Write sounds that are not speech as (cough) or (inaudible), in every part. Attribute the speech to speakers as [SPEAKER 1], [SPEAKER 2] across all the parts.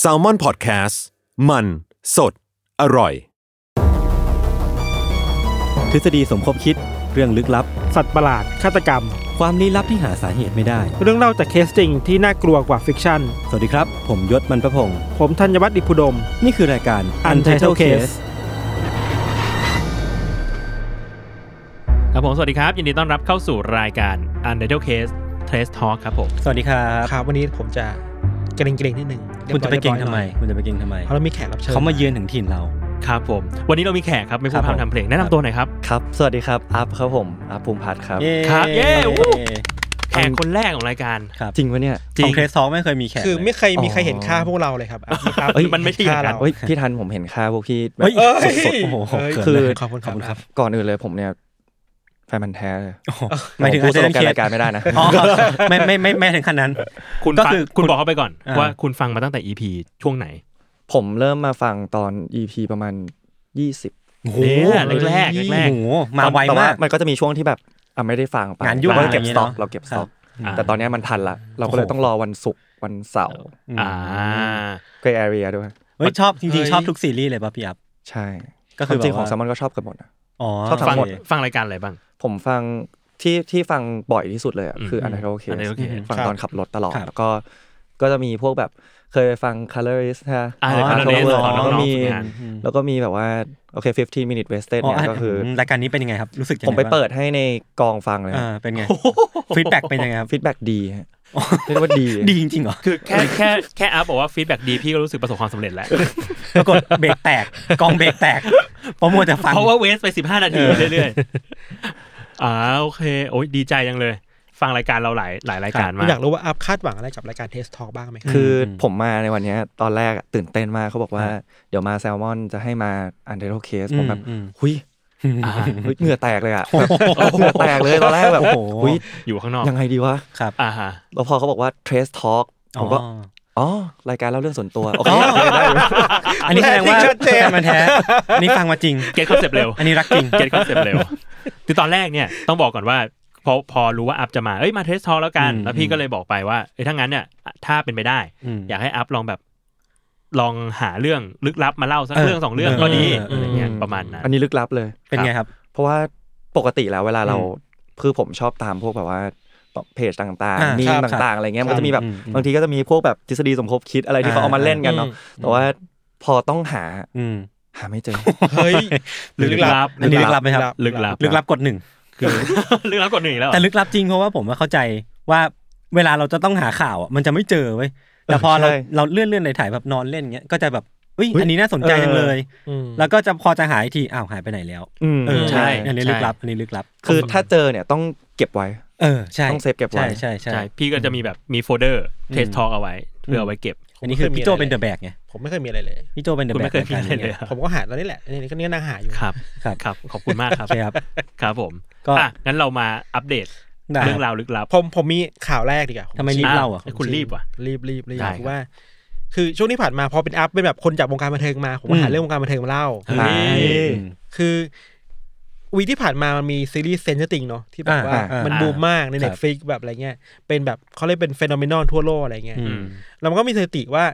[SPEAKER 1] แซลมอนพอดแคสต์มันสดอร่อย
[SPEAKER 2] ทฤษฎีสมคบคิด เรื่องลึกลับ
[SPEAKER 3] สัตว์ประหลาด ฆาตกรรม
[SPEAKER 2] ความลี้ลับที่หาสาเหตุไม่ได้
[SPEAKER 3] เรื่องเล่าจากเคสจริงที่น่ากลัวกว่าฟิกชั่น
[SPEAKER 2] สวัสดีครับ ผมยศมันประพงศ์
[SPEAKER 3] ผมธัญวัฒน์อิพุดม
[SPEAKER 2] นี่คือรายการ
[SPEAKER 3] Untitled Case
[SPEAKER 4] ครับผมสวัสดีครับ ยินดีต้อนรับเข้าสู่รายการ u n d e r t a l e Case Trace Talk ครับผม
[SPEAKER 2] สวัสดีครับ
[SPEAKER 3] ครับวันนี้ผมจะเกรงเกรงๆนิดนึง
[SPEAKER 2] คุณจะไปเก่งทำไม
[SPEAKER 3] เรียบร้อยหน่อย
[SPEAKER 2] คุณจะไปเก่งทำไม
[SPEAKER 3] เพราะเรามีแขกรับเชิญ
[SPEAKER 2] เขามาเยือนถึงถิ่นเรา
[SPEAKER 4] ครับผม วันนี้เรามีแขกครับ ไม่พูด
[SPEAKER 2] ครับผม
[SPEAKER 4] พร่ำทำเพลงแนะนำตัวหน่อยครับ
[SPEAKER 5] ครับ สวัสดีครับ อัพครับผม อัพภูมิพัฒน์ครับ
[SPEAKER 4] ครับเย้
[SPEAKER 2] เย้
[SPEAKER 4] วู้ แขกคนแรกของรายการ
[SPEAKER 2] ครับ
[SPEAKER 5] จริงวะเนี่ย
[SPEAKER 2] ของเคสซองไม่เคยมีแขก
[SPEAKER 3] คือ
[SPEAKER 2] เลย
[SPEAKER 3] ไม่เคยมีใครเห็นค่าพวกเราเลยครับอ่ะครับ
[SPEAKER 4] เอ้ยมันไม่ใช่อย่างนั้น
[SPEAKER 3] เห็ค่
[SPEAKER 5] เฮ้ย พี่ทันผมเห็นค่าพวกพี่แบบ
[SPEAKER 2] เฮ้ย
[SPEAKER 5] สดๆโอ้โห
[SPEAKER 3] เฮ้ย
[SPEAKER 2] เขิน
[SPEAKER 5] คือ
[SPEAKER 2] เลย
[SPEAKER 3] ขอบคุณครับ
[SPEAKER 5] ก่อนอื่นเลยผมเนี่ยแฟนมันธุ์แท้เลย
[SPEAKER 2] โอ้โหหมายถึง
[SPEAKER 5] พูดสโล
[SPEAKER 2] อาจจะเป็น
[SPEAKER 5] แกน
[SPEAKER 2] เคส
[SPEAKER 5] รายการไม่ได้นะ
[SPEAKER 2] อ๋
[SPEAKER 5] (laughs)
[SPEAKER 2] อไม่ไม่ไม่ไม่ถึงขั้นนั้น
[SPEAKER 4] คุณ
[SPEAKER 2] ก็
[SPEAKER 4] ฟัง
[SPEAKER 2] คือ
[SPEAKER 4] คุณบอกเขาไปก่อน
[SPEAKER 2] อ่า
[SPEAKER 4] ว่าคุณฟังมาตั้งแต่ EP ช่วงไหน
[SPEAKER 5] ผมเริ่มมาฟังตอน EP ประมาณ 20
[SPEAKER 2] โอ้โห
[SPEAKER 4] เนี่ยแรกๆแรก
[SPEAKER 2] โอ้โหมาไว
[SPEAKER 5] แต่
[SPEAKER 2] มาก
[SPEAKER 5] มันก็จะมีช่วงที่แบบอ่ะไม่ได้ฟังไป
[SPEAKER 2] งานยุ่ง
[SPEAKER 5] เราก็เก็บ
[SPEAKER 2] อะไรอย่างเงี้ย
[SPEAKER 5] สต็อก
[SPEAKER 2] เนอะ
[SPEAKER 5] เราเก็บสต็อก
[SPEAKER 4] ครับ
[SPEAKER 5] แต่ตอนเนี้ยมันทันละ เราก็เลยต้องรอวันศุกร์วันเสาร์
[SPEAKER 4] ๆอ่า
[SPEAKER 5] เกรย์แอเรียด้วย
[SPEAKER 2] เฮ้ยชอบจริง
[SPEAKER 3] เฮ้ย
[SPEAKER 2] ๆชอบทุกซีรีส์เลยป่ะพี่อัพ
[SPEAKER 5] ใช่
[SPEAKER 2] ก็คือ
[SPEAKER 5] จริง
[SPEAKER 2] แบบ
[SPEAKER 5] ๆของ
[SPEAKER 2] ว่า
[SPEAKER 5] แซมมอนก็ชอบเกือบหมดนะ
[SPEAKER 2] อ๋อ
[SPEAKER 5] ชอบทั้
[SPEAKER 4] ฟัง
[SPEAKER 5] หมด
[SPEAKER 4] ฟังรายการอะไรบ้าง
[SPEAKER 5] ผมฟังที่ที่ฟังบ่อยที่สุดเลยอะ
[SPEAKER 4] อืม
[SPEAKER 5] คืออันไทโอเค
[SPEAKER 4] Untitled Case
[SPEAKER 5] ฟัง
[SPEAKER 3] ครับ
[SPEAKER 5] ตอนขับรถตลอด
[SPEAKER 2] ครับ
[SPEAKER 5] แล้วก็ก็จะมีพวกแบบเคยฟัง colorist ฮะ
[SPEAKER 4] อ่า
[SPEAKER 2] The
[SPEAKER 5] แล้วก็
[SPEAKER 2] Colorist
[SPEAKER 5] แล้ว
[SPEAKER 2] ของน้
[SPEAKER 5] ก็
[SPEAKER 2] องๆ
[SPEAKER 5] มี
[SPEAKER 4] ฝึกงาน
[SPEAKER 5] แล้วก็มีแบบว่า โอเค 15 minute wasted
[SPEAKER 2] อ๋อ
[SPEAKER 5] เนี่ยก็คืออ
[SPEAKER 2] มรายการนี้เป็นยังไงครับรู้สึกยัง
[SPEAKER 5] ผ
[SPEAKER 2] ง
[SPEAKER 5] มไป
[SPEAKER 2] บ้าง
[SPEAKER 5] เปิดให้ในกองฟังเลย
[SPEAKER 2] เออเป็นไงฟีดแบ็กเป็นยังไงครับ
[SPEAKER 5] ฟีดแบ็ดีฮะเรียกว่าดี
[SPEAKER 2] ดีจริงๆเหรอ
[SPEAKER 4] คือแค่แค่แค่อัพบอกว่าฟีดแบ็กดีพี่ก็รู้สึกประสบความสำเร็จแล้ว
[SPEAKER 2] ปรากฏเบรกแตกกองเบรกแตกเพราะมัวแต่ฟัง
[SPEAKER 4] เพราะว่าเวสไป 15 นาทีเรื่อยๆอ่าโอเคโอ้ยดีใจจังเลย ฟังรายการเราหลายหลายรายการมาก
[SPEAKER 3] อยากรู้ว่าอัพคาดหวังอะไรกับรายการเทสทอ k บ้างไหม
[SPEAKER 5] คือผมมาในวันเนี้ยตอนแรกอะตื่นเต้นมากเขาบอกว่า เดี๋ยวมาแซลมอนจะให้มาอันเดอร์เคสผมแบบ
[SPEAKER 2] อืม
[SPEAKER 5] หุยเฮ้ยเหงื่อแตกเลยอะแบบเหงื่อแตกเลยตอนแรกแบบหุย
[SPEAKER 4] อยู่ข้างนอก
[SPEAKER 5] ยังไงดีวะ
[SPEAKER 2] ครับ
[SPEAKER 4] อ่าฮะ
[SPEAKER 5] แล้วพอเขาบอกว่า Trace Talk ผมก็
[SPEAKER 2] อ๋อ
[SPEAKER 5] อ๋อ รายการเล่าเรื่องส่วนตัว โอเคได้เลย
[SPEAKER 2] อันนี้แสดงว่าแฟนมันธุ์แท้อันนี้ฟังมาจริง
[SPEAKER 4] เก็ตคอนเซปต์เร็ว
[SPEAKER 2] อันนี้รักจริง
[SPEAKER 4] เก็ตคอนเซปต์เร็วคือตอนแรกเนี่ยต้องบอกก่อนว่า พอพอรู้ว่าอัพจะมา เอ้ยมาเทสทอแล้วกัน
[SPEAKER 2] อืม
[SPEAKER 4] แล้วพี่ก็เลยบอกไปว่าเอ้ยถ้างั้นเนี่ยถ้าเป็นไปได้
[SPEAKER 2] อืม
[SPEAKER 4] อยากให้อัพลองแบบ ลองหาเรื่องลึกลับมาเล่าสัก
[SPEAKER 2] เออ
[SPEAKER 4] เรื่องสองเรื่องก็ดี
[SPEAKER 2] เออเอออ
[SPEAKER 4] อะไรเงี้ยประมาณนั้น
[SPEAKER 5] อันนี้ลึกลับเลย
[SPEAKER 2] เป็นไงครับ
[SPEAKER 5] เพราะว่าปกติแล้วเวลาเราคือผมชอบตามพวกแบบว่าเพจต่าง
[SPEAKER 2] อ่า
[SPEAKER 5] ๆ มี
[SPEAKER 2] ครับ
[SPEAKER 5] ต่างๆ อะไรเงี้ย มันก็จะมีแบบ
[SPEAKER 2] อืมอืม
[SPEAKER 5] บางทีก็จะมีพวกแบบทฤษฎีสมคบคิดอะไรที่เขาเอามาเล่นกันเนาะ
[SPEAKER 2] อืม
[SPEAKER 5] แต่ว่าพอต้องหา
[SPEAKER 2] อืม
[SPEAKER 5] หาไม่เจอ
[SPEAKER 3] เฮ้ย
[SPEAKER 4] ลึกลับ
[SPEAKER 2] อันนี้ลึกลับไหมครับ
[SPEAKER 4] ลึกลับ
[SPEAKER 2] ลึกลับกดหนึ่ง
[SPEAKER 4] คือ (laughs) ลึกลับกว่าหนึ่งอีกแล้วเหรอ
[SPEAKER 2] แต่ลึกลับจริงเพราะว่าผมว่าเข้าใจว่าเวลาเราจะต้องหาข่าวอ่ะมันจะไม่เจอเว้ยแต่พอเรา
[SPEAKER 5] ใช่
[SPEAKER 2] เราเลื่อนเลื่อนๆถ่ายๆแบบนอนเล่นเงี้ยก็จะแบบเฮ้ยอันนี้น่าสนใจจังเลย
[SPEAKER 3] อืม
[SPEAKER 2] แล้วก็จะพอจะหายทีอ้าวหายไปไหนแล้ว
[SPEAKER 5] อืม
[SPEAKER 2] เออ
[SPEAKER 4] ใช่
[SPEAKER 2] อันนี้ลึกลับอันนี้ลึกลับ
[SPEAKER 5] คือถ้าเจอเนี่ยต้องเก็บไว้
[SPEAKER 2] เออใช่
[SPEAKER 5] ต้องเซฟเก็บไว้
[SPEAKER 2] ใช่ใช่
[SPEAKER 4] ใช่
[SPEAKER 2] ใช่
[SPEAKER 4] พี่ก็จะมีแบบมีโฟลเดอร์เทสทอเอาไว้เพื่อเอาไว้เก็บ
[SPEAKER 2] อันนี้คือพี่โจเป็นเดอะแบกไง
[SPEAKER 3] ผมไม่เคยมีอะไรเลย
[SPEAKER 2] พี่โจเป็นเดอะ
[SPEAKER 4] คุณ
[SPEAKER 2] แบ
[SPEAKER 4] ไม่
[SPEAKER 2] ก
[SPEAKER 4] เคยมีอะไรเลยเหรอ
[SPEAKER 3] ผมก็หาตอนนี้แหละนี่ก็นี่ก็นั่งหาอยู่
[SPEAKER 4] ครับ
[SPEAKER 2] ครับ
[SPEAKER 4] ครับ ขอบคุณมากครับ
[SPEAKER 2] ใช่ครับ
[SPEAKER 4] ครับผม
[SPEAKER 2] ก็
[SPEAKER 4] อ่ะงั้นเรามาอัปเดต
[SPEAKER 2] ได้
[SPEAKER 4] เรื่องราวลึกลับ
[SPEAKER 3] ผมผมมีข่าวแรกดีกว่าผ
[SPEAKER 2] ทำไม
[SPEAKER 3] ชี้
[SPEAKER 2] รีบเล่าอ่ะ
[SPEAKER 4] ไคุณรีบว่ะ
[SPEAKER 3] รีบรีบรีบ
[SPEAKER 4] ได้
[SPEAKER 3] คือว่า คือช่วงที่ผ่านมาพอเป็นอัพเป็นแบบคนจากวงการบันเทิงมา ผมก็หาเรื่องวงการบันเทิงมาเล่า
[SPEAKER 4] เฮ้ย
[SPEAKER 2] อืม
[SPEAKER 3] คือวีที่ผ่านมามันมีซีรีส์เซนติงเนาะที่แบบว่า
[SPEAKER 2] อ่าอ่ามั
[SPEAKER 3] มันบูมมาก
[SPEAKER 2] ค
[SPEAKER 3] ใน
[SPEAKER 2] รับ
[SPEAKER 3] เน็ตฟิกแบบอะไรเงี้ยเป็นแบบเขาเรียกเป็นเฟโนเมนอนทั่วโลกอะไรเงี้ย
[SPEAKER 2] อืม
[SPEAKER 3] แล้วมันก็มีสถิติว่า